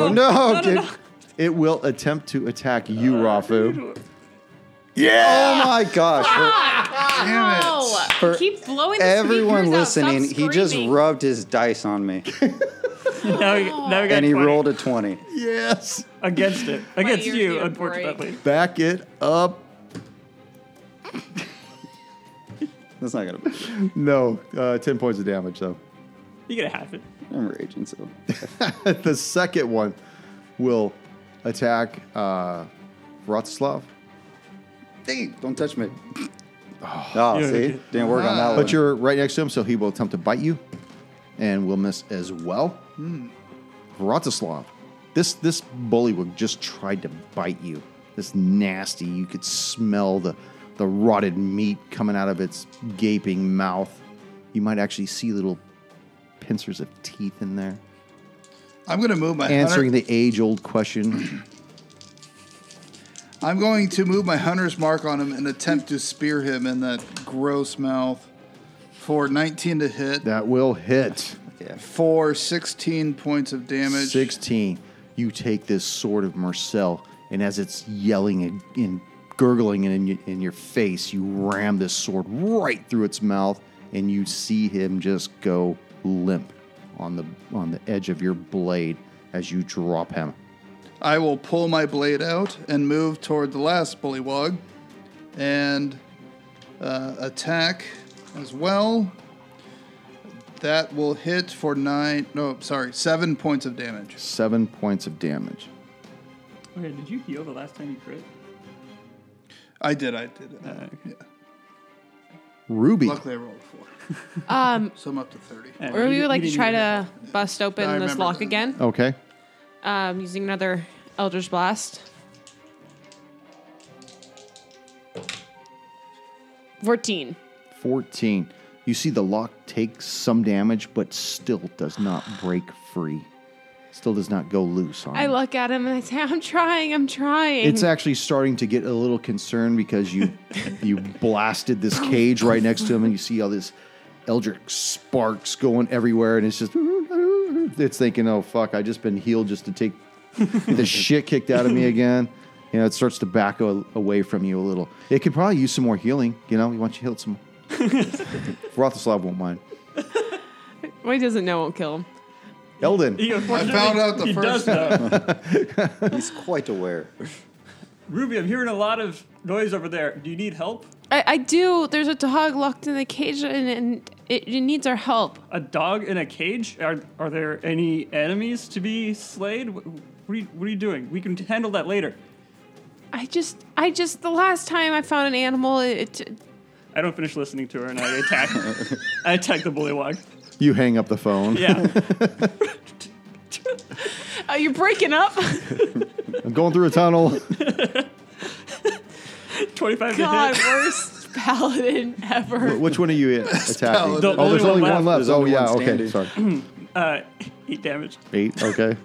[SPEAKER 3] Uh,
[SPEAKER 5] no, no, kid.
[SPEAKER 1] It will attempt to attack you, Rafu.
[SPEAKER 5] Oh my gosh. for
[SPEAKER 4] Damn it.
[SPEAKER 5] For
[SPEAKER 6] Keep blowing the
[SPEAKER 5] everyone
[SPEAKER 6] speakers out. Stop
[SPEAKER 5] listening, he just
[SPEAKER 6] screaming.
[SPEAKER 5] rubbed his dice on me
[SPEAKER 3] Now, we- now we got
[SPEAKER 5] and he
[SPEAKER 3] 20.
[SPEAKER 5] rolled a 20.
[SPEAKER 1] Yes.
[SPEAKER 3] against it. Against
[SPEAKER 6] ears need
[SPEAKER 3] you,
[SPEAKER 6] a
[SPEAKER 3] unfortunately.
[SPEAKER 1] Back it up.
[SPEAKER 5] That's not gonna be.
[SPEAKER 1] No, uh, 10 points of damage, though.
[SPEAKER 3] You gotta have it.
[SPEAKER 5] I'm raging, so.
[SPEAKER 1] the second one will attack uh, Vratislav.
[SPEAKER 5] Dang, don't touch me. Oh,
[SPEAKER 3] Yeah,
[SPEAKER 5] see?
[SPEAKER 3] okay.
[SPEAKER 5] Didn't work on that one.
[SPEAKER 1] But you're right next to him, so he will attempt to bite you and will miss as well. Vratislav, this, this bullywug just tried to bite you. This nasty, you could smell the, the rotted meat coming out of its gaping mouth. You might actually see little pincers of teeth in there.
[SPEAKER 4] I'm gonna move my
[SPEAKER 1] Answering
[SPEAKER 4] hundred-
[SPEAKER 1] the age old question
[SPEAKER 4] I'm going to move my hunter's mark on him and attempt to spear him in that gross mouth for 19 to hit
[SPEAKER 1] That will hit.
[SPEAKER 4] for 16 points of damage.
[SPEAKER 1] 16. You take this sword of Marcel, and as it's yelling and, and gurgling in, in, in your face, you ram this sword right through its mouth, and you see him just go limp on the on the edge of your blade as you drop him.
[SPEAKER 4] I will pull my blade out and move toward the last bullywog and uh, attack as well. That will hit for nine, no, sorry, seven points of damage.
[SPEAKER 1] Seven points of damage.
[SPEAKER 3] Oh, yeah, did you heal the last time you crit?
[SPEAKER 4] I did, I did. Uh, yeah.
[SPEAKER 1] Ruby,
[SPEAKER 4] Luckily, I rolled a four. um, so I'm up to 30.
[SPEAKER 3] Yeah,
[SPEAKER 6] Or we
[SPEAKER 3] you-
[SPEAKER 6] would like
[SPEAKER 3] you
[SPEAKER 6] to
[SPEAKER 3] didn't
[SPEAKER 6] try
[SPEAKER 3] even-
[SPEAKER 6] to bust
[SPEAKER 4] I
[SPEAKER 6] open this
[SPEAKER 4] remember
[SPEAKER 6] lock
[SPEAKER 4] that.
[SPEAKER 6] again
[SPEAKER 1] okay.
[SPEAKER 6] um, using another Elder's Blast. 14.
[SPEAKER 1] 14. You see the lock takes some damage, but still does not break free. Still does not go loose on
[SPEAKER 6] I
[SPEAKER 1] you.
[SPEAKER 6] look at him and I say, I'm trying, I'm trying.
[SPEAKER 1] It's actually starting to get a little concerned because you you blasted this cage right next to him, and you see all this eldritch sparks going everywhere, and it's just it's thinking, oh fuck, I just been healed just to take the shit kicked out of me again. You know, it starts to back a- away from you a little. It could probably use some more healing. You know, you want you healed some. Rothislav won't mind.
[SPEAKER 6] well, he doesn't know won't kill him.
[SPEAKER 1] Elden,
[SPEAKER 3] He unfortunately-
[SPEAKER 4] found out the
[SPEAKER 3] he
[SPEAKER 4] first
[SPEAKER 3] does, though.
[SPEAKER 5] He's quite aware.
[SPEAKER 3] Ruby, I'm hearing a lot of noise over there. Do you need help?
[SPEAKER 6] I, I do. There's a dog locked in the cage and, and it, it needs our help.
[SPEAKER 3] A dog in a cage? Are are there any enemies to be slayed? Wh- What are you, what are you doing? We can handle that later.
[SPEAKER 6] I just, I just, the last time I found an animal, it, it
[SPEAKER 3] I don't finish listening to her, and I attack. I attack the bullywog.
[SPEAKER 1] you hang up the phone.
[SPEAKER 3] Yeah.
[SPEAKER 6] oh, you're breaking up.
[SPEAKER 1] I'm going through a tunnel.
[SPEAKER 3] 25
[SPEAKER 6] God,
[SPEAKER 3] to hit.
[SPEAKER 6] worst paladin ever.
[SPEAKER 1] Which one are you attacking?
[SPEAKER 4] The
[SPEAKER 1] oh,
[SPEAKER 3] only
[SPEAKER 1] there's
[SPEAKER 3] one
[SPEAKER 1] only
[SPEAKER 3] left.
[SPEAKER 1] one left.
[SPEAKER 5] There's
[SPEAKER 1] Oh
[SPEAKER 5] only
[SPEAKER 1] yeah,
[SPEAKER 5] one
[SPEAKER 1] okay. Sorry.
[SPEAKER 5] standing.
[SPEAKER 3] Uh, 8 damage.
[SPEAKER 1] Eight. Okay.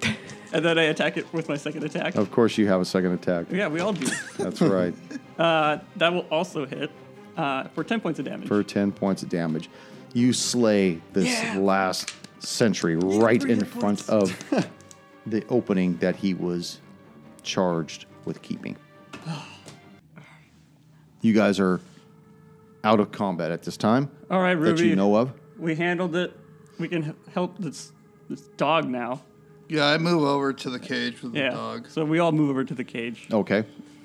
[SPEAKER 3] And then I attack it with my second attack.
[SPEAKER 1] Of course, you have a second attack.
[SPEAKER 3] Yeah, we all do.
[SPEAKER 1] That's right.
[SPEAKER 3] Uh, that will also hit uh, for 10 points of damage.
[SPEAKER 1] For 10 points of damage, you slay this last sentry right in front of the opening that he was charged with keeping. You guys are out of combat at this time
[SPEAKER 3] all right,
[SPEAKER 1] that
[SPEAKER 3] Ruby.
[SPEAKER 1] you know of.
[SPEAKER 3] We handled it. We can h- help this this dog now.
[SPEAKER 4] Yeah, I move over to the cage with the
[SPEAKER 3] Yeah.
[SPEAKER 4] dog.
[SPEAKER 3] So we all move over to the cage.
[SPEAKER 1] Okay.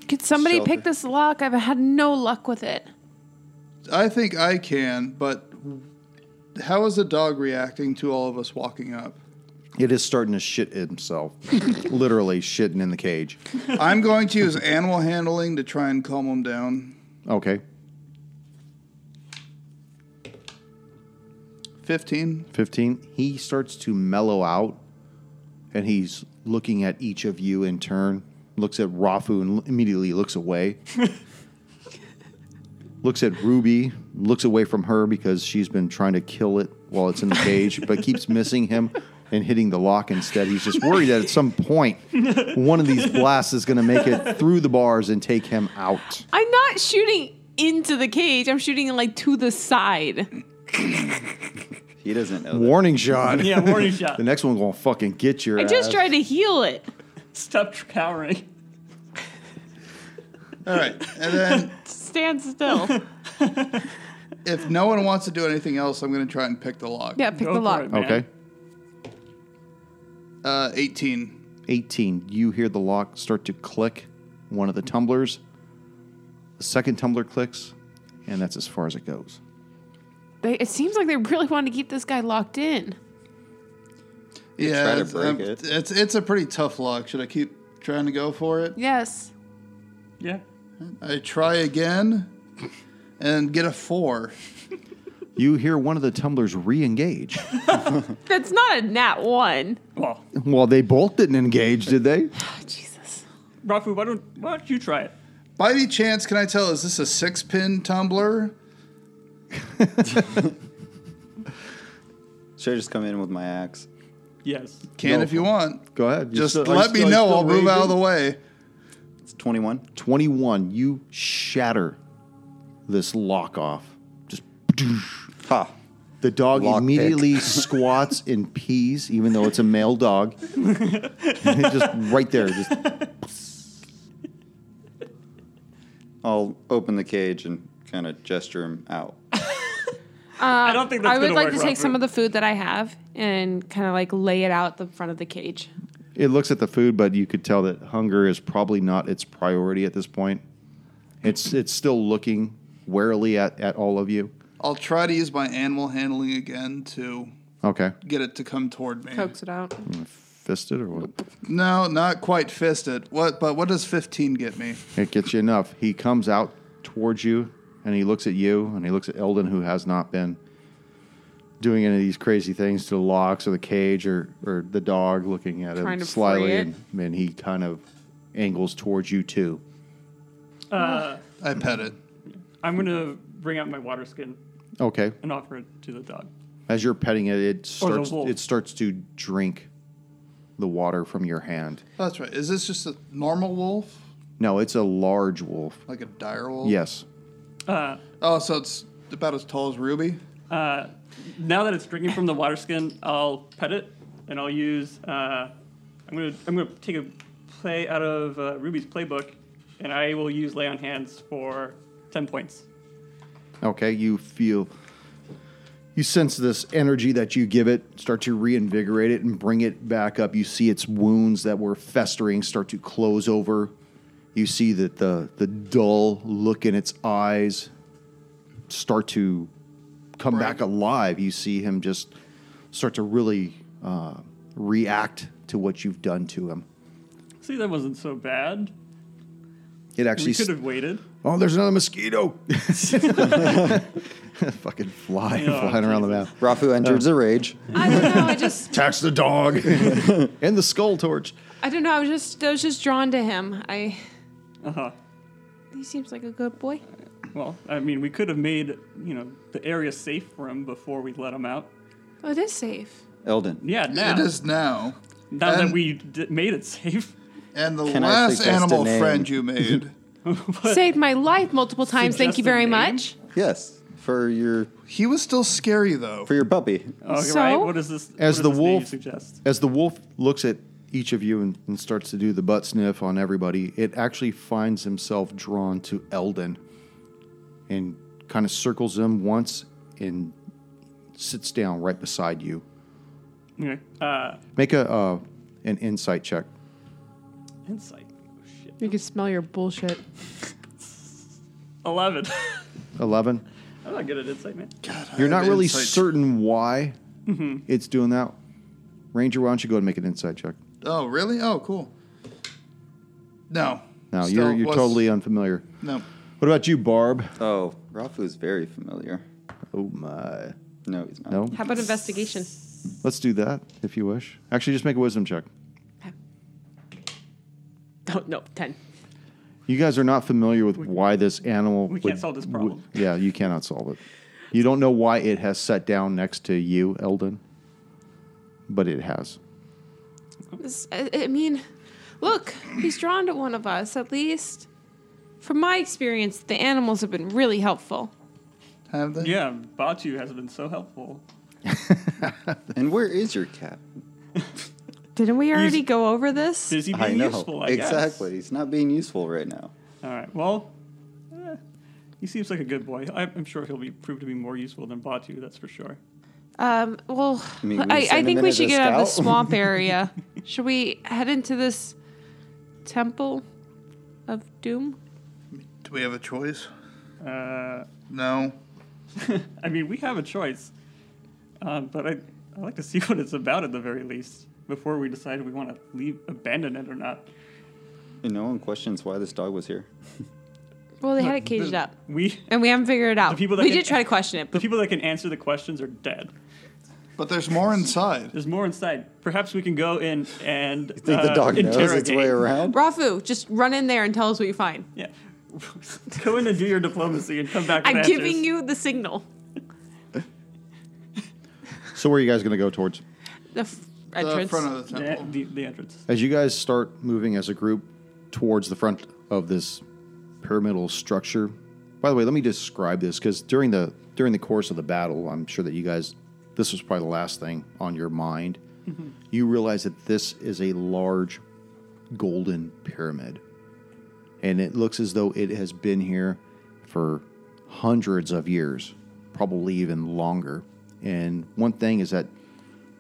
[SPEAKER 6] Could somebody
[SPEAKER 5] Shelter.
[SPEAKER 6] pick this lock? I've had no luck with it.
[SPEAKER 4] I think I can, but how is the dog reacting to all of us walking up?
[SPEAKER 1] It is starting to shit himself. Literally shitting in the cage.
[SPEAKER 4] I'm going to use animal handling to try and calm him down.
[SPEAKER 1] Okay.
[SPEAKER 4] 15.
[SPEAKER 1] 15 he starts to mellow out and he's looking at each of you in turn looks at rafu and l- immediately looks away looks at ruby looks away from her because she's been trying to kill it while it's in the cage but keeps missing him and hitting the lock instead he's just worried that at some point one of these blasts is going to make it through the bars and take him out
[SPEAKER 6] I'm not shooting into the cage. I'm shooting like to the side.
[SPEAKER 5] He doesn't know. That.
[SPEAKER 1] warning shot
[SPEAKER 3] Yeah, warning shot.
[SPEAKER 1] the next one's going to fucking get your
[SPEAKER 6] I just
[SPEAKER 1] ass.
[SPEAKER 6] tried to heal it.
[SPEAKER 3] Stop cowering.
[SPEAKER 4] All right. And then
[SPEAKER 6] Stand still.
[SPEAKER 4] if no one wants to do anything else, I'm going to try and pick the lock.
[SPEAKER 6] Yeah, pick
[SPEAKER 3] Go
[SPEAKER 6] the
[SPEAKER 3] for
[SPEAKER 6] lock.
[SPEAKER 3] it, man.
[SPEAKER 1] okay
[SPEAKER 4] Uh, 18.
[SPEAKER 1] 18, you hear the lock start to click one of the tumblers. The second tumbler clicks, and that's as far as it goes.
[SPEAKER 6] They, it seems like they really wanted to keep this guy locked in.
[SPEAKER 4] Yeah.
[SPEAKER 5] try to
[SPEAKER 4] it's,
[SPEAKER 5] break
[SPEAKER 4] um,
[SPEAKER 5] it.
[SPEAKER 4] It's, it's a pretty tough lock. Should I keep trying to go for it?
[SPEAKER 6] Yes.
[SPEAKER 3] Yeah.
[SPEAKER 4] I try again and get a four.
[SPEAKER 1] You hear one of the tumblers re engage.
[SPEAKER 6] That's not a nat one.
[SPEAKER 3] Well,
[SPEAKER 1] well, they both didn't engage, did they?
[SPEAKER 6] Oh, Jesus.
[SPEAKER 3] Rafu, why don't why don't you try it?
[SPEAKER 4] By any chance, can I tell, is this a six pin tumbler?
[SPEAKER 5] Should I just come in with my axe?
[SPEAKER 3] Yes.
[SPEAKER 4] Can
[SPEAKER 1] No.
[SPEAKER 4] if you want.
[SPEAKER 1] Go ahead. You
[SPEAKER 4] Just
[SPEAKER 1] still- are you
[SPEAKER 4] let me
[SPEAKER 1] still- are you
[SPEAKER 4] know.
[SPEAKER 1] still
[SPEAKER 4] I'll move out
[SPEAKER 1] raging?
[SPEAKER 4] of the way.
[SPEAKER 5] It's 21.
[SPEAKER 1] 21, you shatter this lock off. Just
[SPEAKER 5] Ha.
[SPEAKER 1] the dog
[SPEAKER 5] Lock
[SPEAKER 1] immediately squats and pees, even though it's a male dog. just right there. Just
[SPEAKER 5] I'll open the cage and kind of gesture him out.
[SPEAKER 3] I don't think that's
[SPEAKER 6] Uh, I would
[SPEAKER 3] gonna
[SPEAKER 6] like
[SPEAKER 3] work,
[SPEAKER 6] to take
[SPEAKER 3] Robert.
[SPEAKER 6] some of the food that I have and kind of like lay it out the front of the cage.
[SPEAKER 1] it looks at the food, but you could tell that hunger is probably not its priority at this point. It's it's still looking warily at, at all of you.
[SPEAKER 4] I'll try to use my animal handling again to
[SPEAKER 1] Okay.
[SPEAKER 4] get it to come toward me.
[SPEAKER 6] Coax it out.
[SPEAKER 1] Fisted or what?
[SPEAKER 4] No, not quite fisted. What? But what does fifteen get me?
[SPEAKER 1] It gets you enough. He comes out towards you and he looks at you and he looks at Eldon, who has not been doing any of these crazy things to the locks or the cage or, or the dog, looking at
[SPEAKER 6] Trying
[SPEAKER 1] him
[SPEAKER 6] to
[SPEAKER 1] slyly.
[SPEAKER 6] free it.
[SPEAKER 1] And, and he kind of angles towards you, too.
[SPEAKER 4] I pet it.
[SPEAKER 3] I'm gonna bring out my water skin
[SPEAKER 1] Okay.
[SPEAKER 3] and offer it to the dog.
[SPEAKER 1] As you're petting it, it
[SPEAKER 3] Or the
[SPEAKER 1] starts,
[SPEAKER 3] wolf.
[SPEAKER 1] it starts to drink the water from your hand.
[SPEAKER 4] That's right. Is this just a normal wolf,
[SPEAKER 1] No, it's a large wolf.
[SPEAKER 4] like a dire wolf?
[SPEAKER 1] Yes.
[SPEAKER 3] Uh,
[SPEAKER 4] Oh, so it's about as tall as Ruby.
[SPEAKER 3] uh, now that it's drinking from the water skin, I'll pet it and I'll use. Uh, I'm gonna I'm gonna take a play out of uh, Ruby's playbook, and I will use lay on hands for ten points.
[SPEAKER 1] Okay, you feel you sense this energy that you give it, start to reinvigorate it and bring it back up. You see its wounds that were festering start to close over. You see that the the dull look in its eyes start to come
[SPEAKER 4] Right.
[SPEAKER 1] back alive. You see him just start to really uh, react to what you've done to him.
[SPEAKER 3] See, that wasn't so bad.
[SPEAKER 1] It
[SPEAKER 3] We
[SPEAKER 1] actually
[SPEAKER 3] could have waited.
[SPEAKER 1] Oh, there's another mosquito. Fucking fly
[SPEAKER 3] Oh,
[SPEAKER 1] flying around the map.
[SPEAKER 5] Rafu enters a
[SPEAKER 1] Oh.
[SPEAKER 5] rage.
[SPEAKER 6] I don't know. I just
[SPEAKER 1] Attach the dog and the skull torch.
[SPEAKER 6] I don't know. I was just I was just drawn to him. I
[SPEAKER 3] Uh huh.
[SPEAKER 6] he seems like a good boy.
[SPEAKER 3] Well, I mean, we could have made you know the area safe for him before we let him out.
[SPEAKER 6] Oh, it is safe.
[SPEAKER 5] Eldon.
[SPEAKER 3] Yeah, now
[SPEAKER 4] It is now.
[SPEAKER 3] now that
[SPEAKER 4] and-
[SPEAKER 3] we d- made it safe.
[SPEAKER 4] And the
[SPEAKER 5] Can I
[SPEAKER 4] last
[SPEAKER 5] suggest a
[SPEAKER 4] animal
[SPEAKER 5] name?
[SPEAKER 4] friend you made.
[SPEAKER 6] Saved my life multiple times. Thank you
[SPEAKER 3] Suggest a
[SPEAKER 6] very
[SPEAKER 3] name?
[SPEAKER 6] much.
[SPEAKER 5] Yes. For your
[SPEAKER 4] he was still scary though.
[SPEAKER 5] for your puppy.
[SPEAKER 3] Okay,
[SPEAKER 6] So?
[SPEAKER 3] right. What does this?
[SPEAKER 1] As
[SPEAKER 3] what does
[SPEAKER 1] the
[SPEAKER 3] this name
[SPEAKER 1] wolf-
[SPEAKER 3] suggest?
[SPEAKER 1] As the wolf looks at each of you and, and starts to do the butt sniff on everybody, it actually finds himself drawn to Eldon and kind of circles him once and sits down right beside you.
[SPEAKER 3] Okay. Uh,
[SPEAKER 1] Make a uh, an insight check.
[SPEAKER 3] insight. Oh, shit.
[SPEAKER 6] You can smell your bullshit.
[SPEAKER 3] Eleven.
[SPEAKER 1] Eleven.
[SPEAKER 3] I'm not good at insight, man.
[SPEAKER 1] You're not
[SPEAKER 4] have
[SPEAKER 1] really
[SPEAKER 4] insight. Mm-hmm.
[SPEAKER 1] certain why it's doing that. Ranger, why don't you go and make an insight check?
[SPEAKER 4] Oh, really? Oh, cool. No.
[SPEAKER 1] No,
[SPEAKER 4] Still
[SPEAKER 1] you're you're
[SPEAKER 4] was-
[SPEAKER 1] totally unfamiliar.
[SPEAKER 4] no.
[SPEAKER 1] What about you, Barb?
[SPEAKER 5] Oh, Rafu's very familiar.
[SPEAKER 1] Oh my.
[SPEAKER 5] No, he's not.
[SPEAKER 1] No.
[SPEAKER 6] How about investigation?
[SPEAKER 1] Let's do that if you wish. Actually, just make a wisdom check.
[SPEAKER 2] Oh, no, 10.
[SPEAKER 1] You guys are not familiar with why this animal.
[SPEAKER 3] we can't solve this problem.
[SPEAKER 1] would- yeah, you cannot solve it. You don't know why it has sat down next to you, Eldon, but it has.
[SPEAKER 6] This- I, I mean, look, he's drawn to one of us at least. From my experience, the animals have been really helpful.
[SPEAKER 4] Have they?
[SPEAKER 3] Yeah, Batu has been so helpful.
[SPEAKER 5] And where is your cat?
[SPEAKER 6] Didn't we already go over this?
[SPEAKER 3] Is he being
[SPEAKER 5] I know.
[SPEAKER 3] useful? I guess?
[SPEAKER 5] exactly. He's not being useful right now.
[SPEAKER 3] All right. Well, eh, he seems like a good boy. I- I'm sure he'll be proved to be more useful than Batu. That's for sure.
[SPEAKER 6] Um, well,
[SPEAKER 5] I mean, we
[SPEAKER 6] I,
[SPEAKER 5] send
[SPEAKER 6] I
[SPEAKER 5] him
[SPEAKER 6] think
[SPEAKER 5] in
[SPEAKER 6] we
[SPEAKER 5] as
[SPEAKER 6] should
[SPEAKER 5] a
[SPEAKER 6] get out of the
[SPEAKER 5] scout?
[SPEAKER 6] swamp area. should we head into this temple of doom?
[SPEAKER 4] Do we have a choice?
[SPEAKER 3] Uh,
[SPEAKER 4] No.
[SPEAKER 3] I mean, we have a choice, uh, but I I like to see what it's about at the very least before we decide we want to leave, abandon it or not.
[SPEAKER 5] And no one questions why this dog was here.
[SPEAKER 6] Well, they had it caged up,
[SPEAKER 3] We
[SPEAKER 6] and we haven't figured it out.
[SPEAKER 3] people that
[SPEAKER 6] we
[SPEAKER 3] can-
[SPEAKER 6] did try to question it,
[SPEAKER 3] the
[SPEAKER 6] but
[SPEAKER 3] people that can answer the questions are dead.
[SPEAKER 4] But there's more inside.
[SPEAKER 3] There's more inside. Perhaps we can go in and uh, you
[SPEAKER 5] Think the dog knows its way around?
[SPEAKER 6] Rafu, just run in there and tell us what you find.
[SPEAKER 3] Yeah. go in and do your diplomacy and come back. With
[SPEAKER 6] I'm
[SPEAKER 3] answers.
[SPEAKER 6] giving you the signal.
[SPEAKER 1] So, where are you guys going to go towards?
[SPEAKER 6] The f-
[SPEAKER 4] The
[SPEAKER 6] entrance.
[SPEAKER 4] front of the
[SPEAKER 3] the,
[SPEAKER 4] temple.
[SPEAKER 3] the, the entrance.
[SPEAKER 1] As you guys start moving as a group towards the front of this pyramidal structure. By the way, let me describe this because during the during the course of the battle, I'm sure that you guys this was probably the last thing on your mind. You realize that this is a large golden pyramid. And it looks as though it has been here for hundreds of years, probably even longer. And one thing is that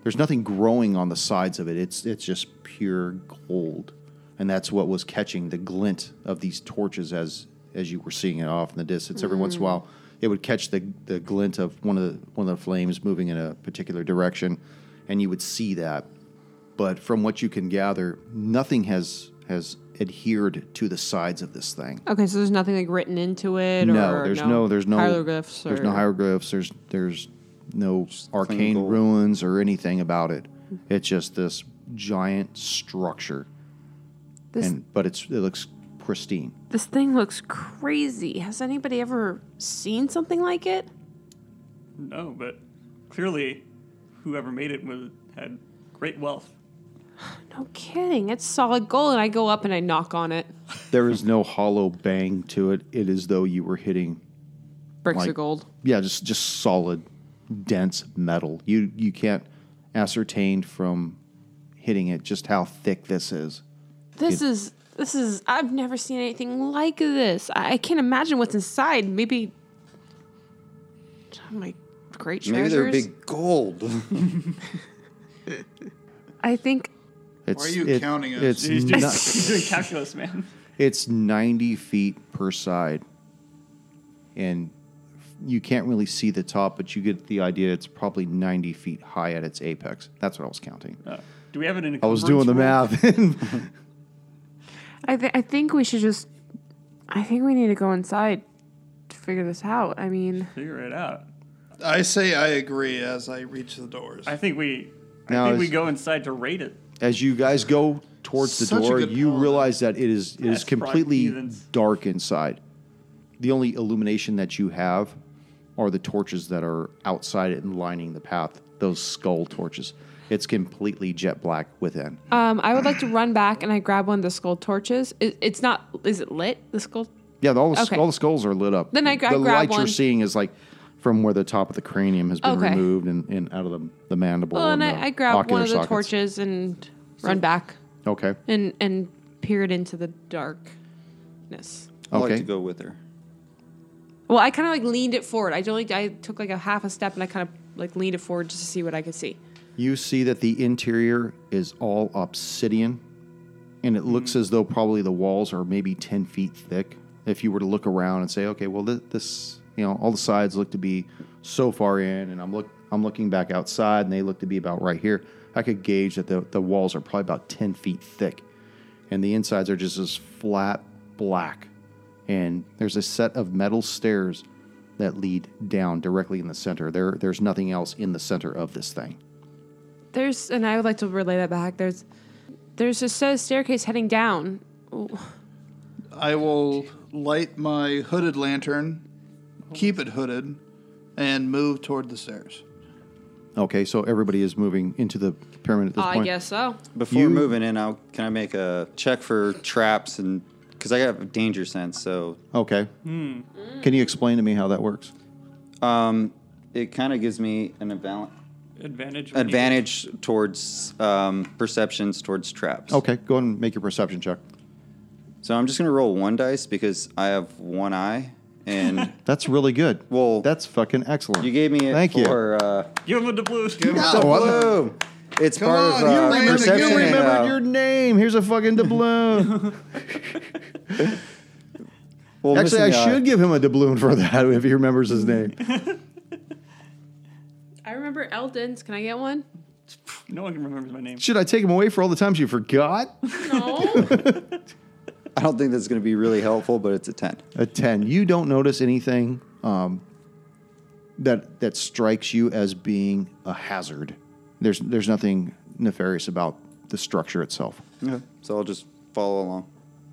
[SPEAKER 1] there's nothing growing on the sides of it. It's it's just pure gold, and that's what was catching the glint of these torches as as you were seeing it off in the distance. Every once in a while, it would catch the the glint of one of the one of the flames moving in a particular direction, and you would see that. But from what you can gather, nothing has has adhered to the sides of this thing.
[SPEAKER 6] Okay, so there's nothing like written into it.
[SPEAKER 1] No,
[SPEAKER 6] or
[SPEAKER 1] there's no, there's no
[SPEAKER 6] hieroglyphs.
[SPEAKER 1] There's
[SPEAKER 6] or,
[SPEAKER 1] no hieroglyphs. There's there's no
[SPEAKER 5] plain
[SPEAKER 1] arcane
[SPEAKER 5] gold.
[SPEAKER 1] ruins or anything about it. It's just this giant structure,
[SPEAKER 2] This
[SPEAKER 1] and but it's it looks pristine.
[SPEAKER 2] this thing looks crazy. Has anybody ever seen something like it?
[SPEAKER 3] No, but clearly, whoever made it was, had great wealth.
[SPEAKER 2] No kidding. It's solid gold, and I go up and I knock on it.
[SPEAKER 1] There is no hollow bang to it. It is though you were hitting
[SPEAKER 6] bricks
[SPEAKER 1] like-
[SPEAKER 6] of gold.
[SPEAKER 1] yeah, just just solid, dense metal. You you can't ascertain from hitting it just how thick this is.
[SPEAKER 2] This is this is. I've never seen anything like this. I, I can't imagine what's inside. Maybe. Oh my great
[SPEAKER 5] Maybe
[SPEAKER 2] treasures.
[SPEAKER 5] they're big gold.
[SPEAKER 2] I think
[SPEAKER 1] It's,
[SPEAKER 4] are you counting us?
[SPEAKER 1] It's
[SPEAKER 3] He's doing,
[SPEAKER 1] not-
[SPEAKER 3] he's doing calculus, man.
[SPEAKER 1] It's 90 feet per side. And you can't really see the top, but you get the idea it's probably 90 feet high at its apex. That's what I was counting.
[SPEAKER 3] Uh, do we have it in?
[SPEAKER 1] I was doing the math.
[SPEAKER 2] I, th- I think we should just. I think we need to go inside to figure this out. I mean,
[SPEAKER 3] Figure it out.
[SPEAKER 4] I say I agree as I reach the doors.
[SPEAKER 3] I think we.
[SPEAKER 1] Now
[SPEAKER 3] I think we
[SPEAKER 1] is-
[SPEAKER 3] go inside to raid it.
[SPEAKER 1] As you guys go towards the
[SPEAKER 4] Such a
[SPEAKER 1] door,
[SPEAKER 4] good
[SPEAKER 1] you
[SPEAKER 4] pawn.
[SPEAKER 1] realize that it is it is
[SPEAKER 3] That's right,
[SPEAKER 1] completely
[SPEAKER 3] heathens.
[SPEAKER 1] dark inside. The only illumination that you have are the torches that are outside it and lining the path, those skull torches. It's completely jet black within.
[SPEAKER 6] Um, I would like to run back and I grab one of the skull torches. It, it's not. Is it lit? The skull.
[SPEAKER 1] Yeah, all the,
[SPEAKER 6] Okay.
[SPEAKER 1] all the skulls are lit up.
[SPEAKER 6] Then I
[SPEAKER 1] the
[SPEAKER 6] gra- grab
[SPEAKER 1] light you're
[SPEAKER 6] one.
[SPEAKER 1] seeing is like from where the top of the cranium has been
[SPEAKER 6] Okay.
[SPEAKER 1] removed and, and out of the, the
[SPEAKER 5] Oh,
[SPEAKER 1] mandible.
[SPEAKER 6] Well, and
[SPEAKER 1] and the
[SPEAKER 6] I, I grab one
[SPEAKER 1] ocular
[SPEAKER 6] of the
[SPEAKER 1] sockets.
[SPEAKER 6] torches and run back
[SPEAKER 1] Okay.
[SPEAKER 6] and and peered into the darkness.
[SPEAKER 5] I like
[SPEAKER 1] Okay.
[SPEAKER 5] to go with her.
[SPEAKER 6] Well, I kind of like leaned it forward. I don't like. I took like a half a step and I kind of like leaned it forward just to see what I could see.
[SPEAKER 1] You see that the interior is all obsidian, and it looks as though probably the walls are maybe ten feet thick. If you were to look around and say, okay, well this, this you know all the sides look to be so far in, and I'm look I'm looking back outside, and they look to be about right here. I could gauge that the, the walls are probably about ten feet thick, and the insides are just as flat black. And there's a set of metal stairs that lead down directly in the center. There, there's nothing else in the center of this thing.
[SPEAKER 6] There's and I would like to relay that back. There's there's a set of staircase heading down.
[SPEAKER 4] I will light my hooded lantern, keep it hooded, and move toward the stairs.
[SPEAKER 1] Okay, so everybody is moving into the pyramid at this
[SPEAKER 6] Oh, I
[SPEAKER 1] point.
[SPEAKER 6] guess so.
[SPEAKER 5] Before
[SPEAKER 1] You-
[SPEAKER 5] moving in, I'll, can I make a check for traps and because I have a danger sense, so
[SPEAKER 1] Okay.
[SPEAKER 6] Hmm.
[SPEAKER 1] Can you explain to me how that works?
[SPEAKER 5] um, it kind of gives me an aval-
[SPEAKER 3] Advantage. when you-
[SPEAKER 5] advantage towards um, perceptions towards traps.
[SPEAKER 1] Okay, go ahead and make your perception check.
[SPEAKER 5] So I'm just gonna roll one dice because I have one eye, and
[SPEAKER 1] That's really good.
[SPEAKER 5] Well-
[SPEAKER 1] that's fucking excellent.
[SPEAKER 5] you gave me it
[SPEAKER 1] Thank you.
[SPEAKER 5] for. Uh,
[SPEAKER 3] Give him the blue.
[SPEAKER 1] No, what-
[SPEAKER 5] Boom! It's part
[SPEAKER 4] on,
[SPEAKER 5] of
[SPEAKER 4] you
[SPEAKER 5] uh,
[SPEAKER 4] remembered- you
[SPEAKER 5] perception.
[SPEAKER 1] you
[SPEAKER 5] and,
[SPEAKER 1] remembered
[SPEAKER 5] uh,
[SPEAKER 1] your name. Here's a fucking doubloon. Actually,
[SPEAKER 5] well,
[SPEAKER 1] I
[SPEAKER 5] missing uh, the eye.
[SPEAKER 1] should give him a doubloon for that if he remembers his name.
[SPEAKER 6] I remember Eldon's. Can I get one?
[SPEAKER 3] No one remembers my name.
[SPEAKER 1] Should I take him away for all the times you forgot?
[SPEAKER 6] No.
[SPEAKER 5] I don't think that's going to be really helpful, but it's a ten.
[SPEAKER 1] a 10 you don't notice anything um, that that strikes you as being a hazard there's there's nothing nefarious about the structure itself
[SPEAKER 5] Okay. So I'll just follow along.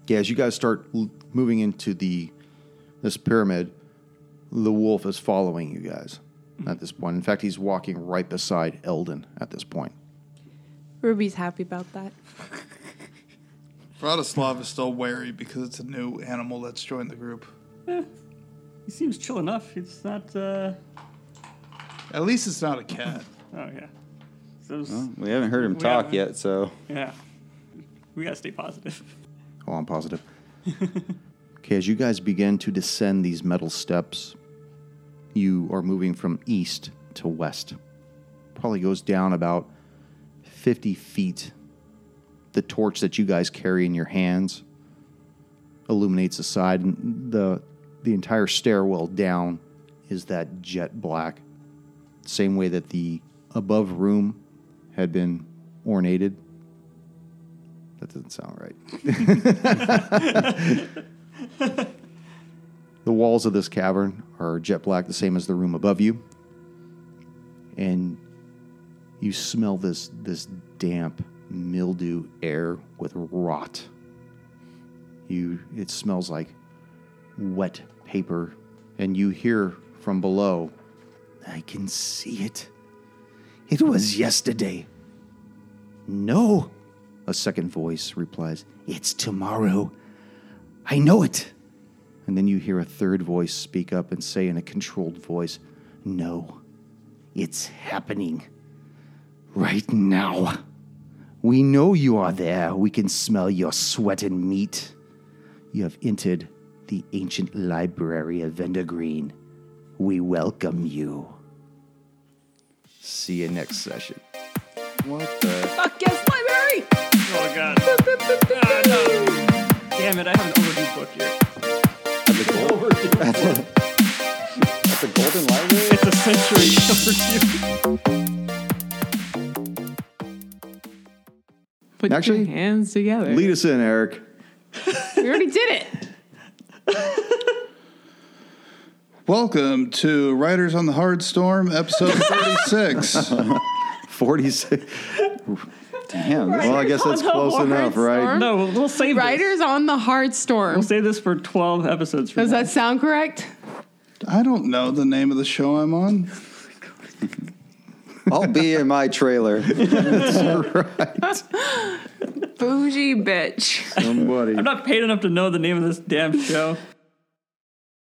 [SPEAKER 1] yeah as you guys start l- moving into the this pyramid the wolf is following you guys at this point in fact he's walking right beside eldon at this point
[SPEAKER 6] Ruby's happy about that.
[SPEAKER 4] Radoslav is still wary because it's a new animal that's joined the group.
[SPEAKER 3] He seems chill enough. It's not. Uh...
[SPEAKER 4] At least it's not a cat.
[SPEAKER 3] Oh yeah. So it's-
[SPEAKER 1] Oh.
[SPEAKER 5] We haven't heard him
[SPEAKER 3] We
[SPEAKER 5] talk
[SPEAKER 3] haven't.
[SPEAKER 5] yet, so
[SPEAKER 3] yeah, we gotta stay positive.
[SPEAKER 1] Oh, I'm positive. okay, as you guys begin to descend these metal steps, you are moving from east to west. Probably goes down about 50 feet. The torch that you guys carry in your hands illuminates the side, and the, the entire stairwell down is that jet black. Same way that the above room had been ornated. That doesn't sound right. The walls of this cavern are jet black, the same as the room above you. And you smell this this damp mildew air with rot. You it smells like wet paper and you hear from below I can see it. It was yesterday. No, a second voice replies, It's tomorrow. I know it. And then you hear a third voice speak up and say in a controlled voice, No, it's happening. Right now. We know you are there. We can smell your sweat and meat. You have entered the ancient library of Vendergreen. We welcome you. See you next session.
[SPEAKER 4] What the?
[SPEAKER 2] Fuck yes, library!
[SPEAKER 3] Oh god. Ah, no. Damn it! I have an overdue book here.
[SPEAKER 5] that's a golden library.
[SPEAKER 3] It's a century overdue.
[SPEAKER 6] Put
[SPEAKER 1] Actually,
[SPEAKER 6] your hands together.
[SPEAKER 1] Lead us in, Eric.
[SPEAKER 6] we already did it.
[SPEAKER 4] Welcome to Riders on the Hard Storm, episode 36.
[SPEAKER 1] 46.
[SPEAKER 5] Damn, this-
[SPEAKER 1] Well, I guess that's close enough, right?
[SPEAKER 3] No, we'll, we'll save this.
[SPEAKER 6] Riders on the hard storm.
[SPEAKER 3] We'll save this for 12 episodes from
[SPEAKER 6] Does
[SPEAKER 3] now.
[SPEAKER 6] that sound correct?
[SPEAKER 4] I don't know the name of the show I'm on.
[SPEAKER 5] I'll be in my trailer.
[SPEAKER 6] Bougie bitch.
[SPEAKER 1] Somebody.
[SPEAKER 3] I'm not paid enough to know the name of this damn show.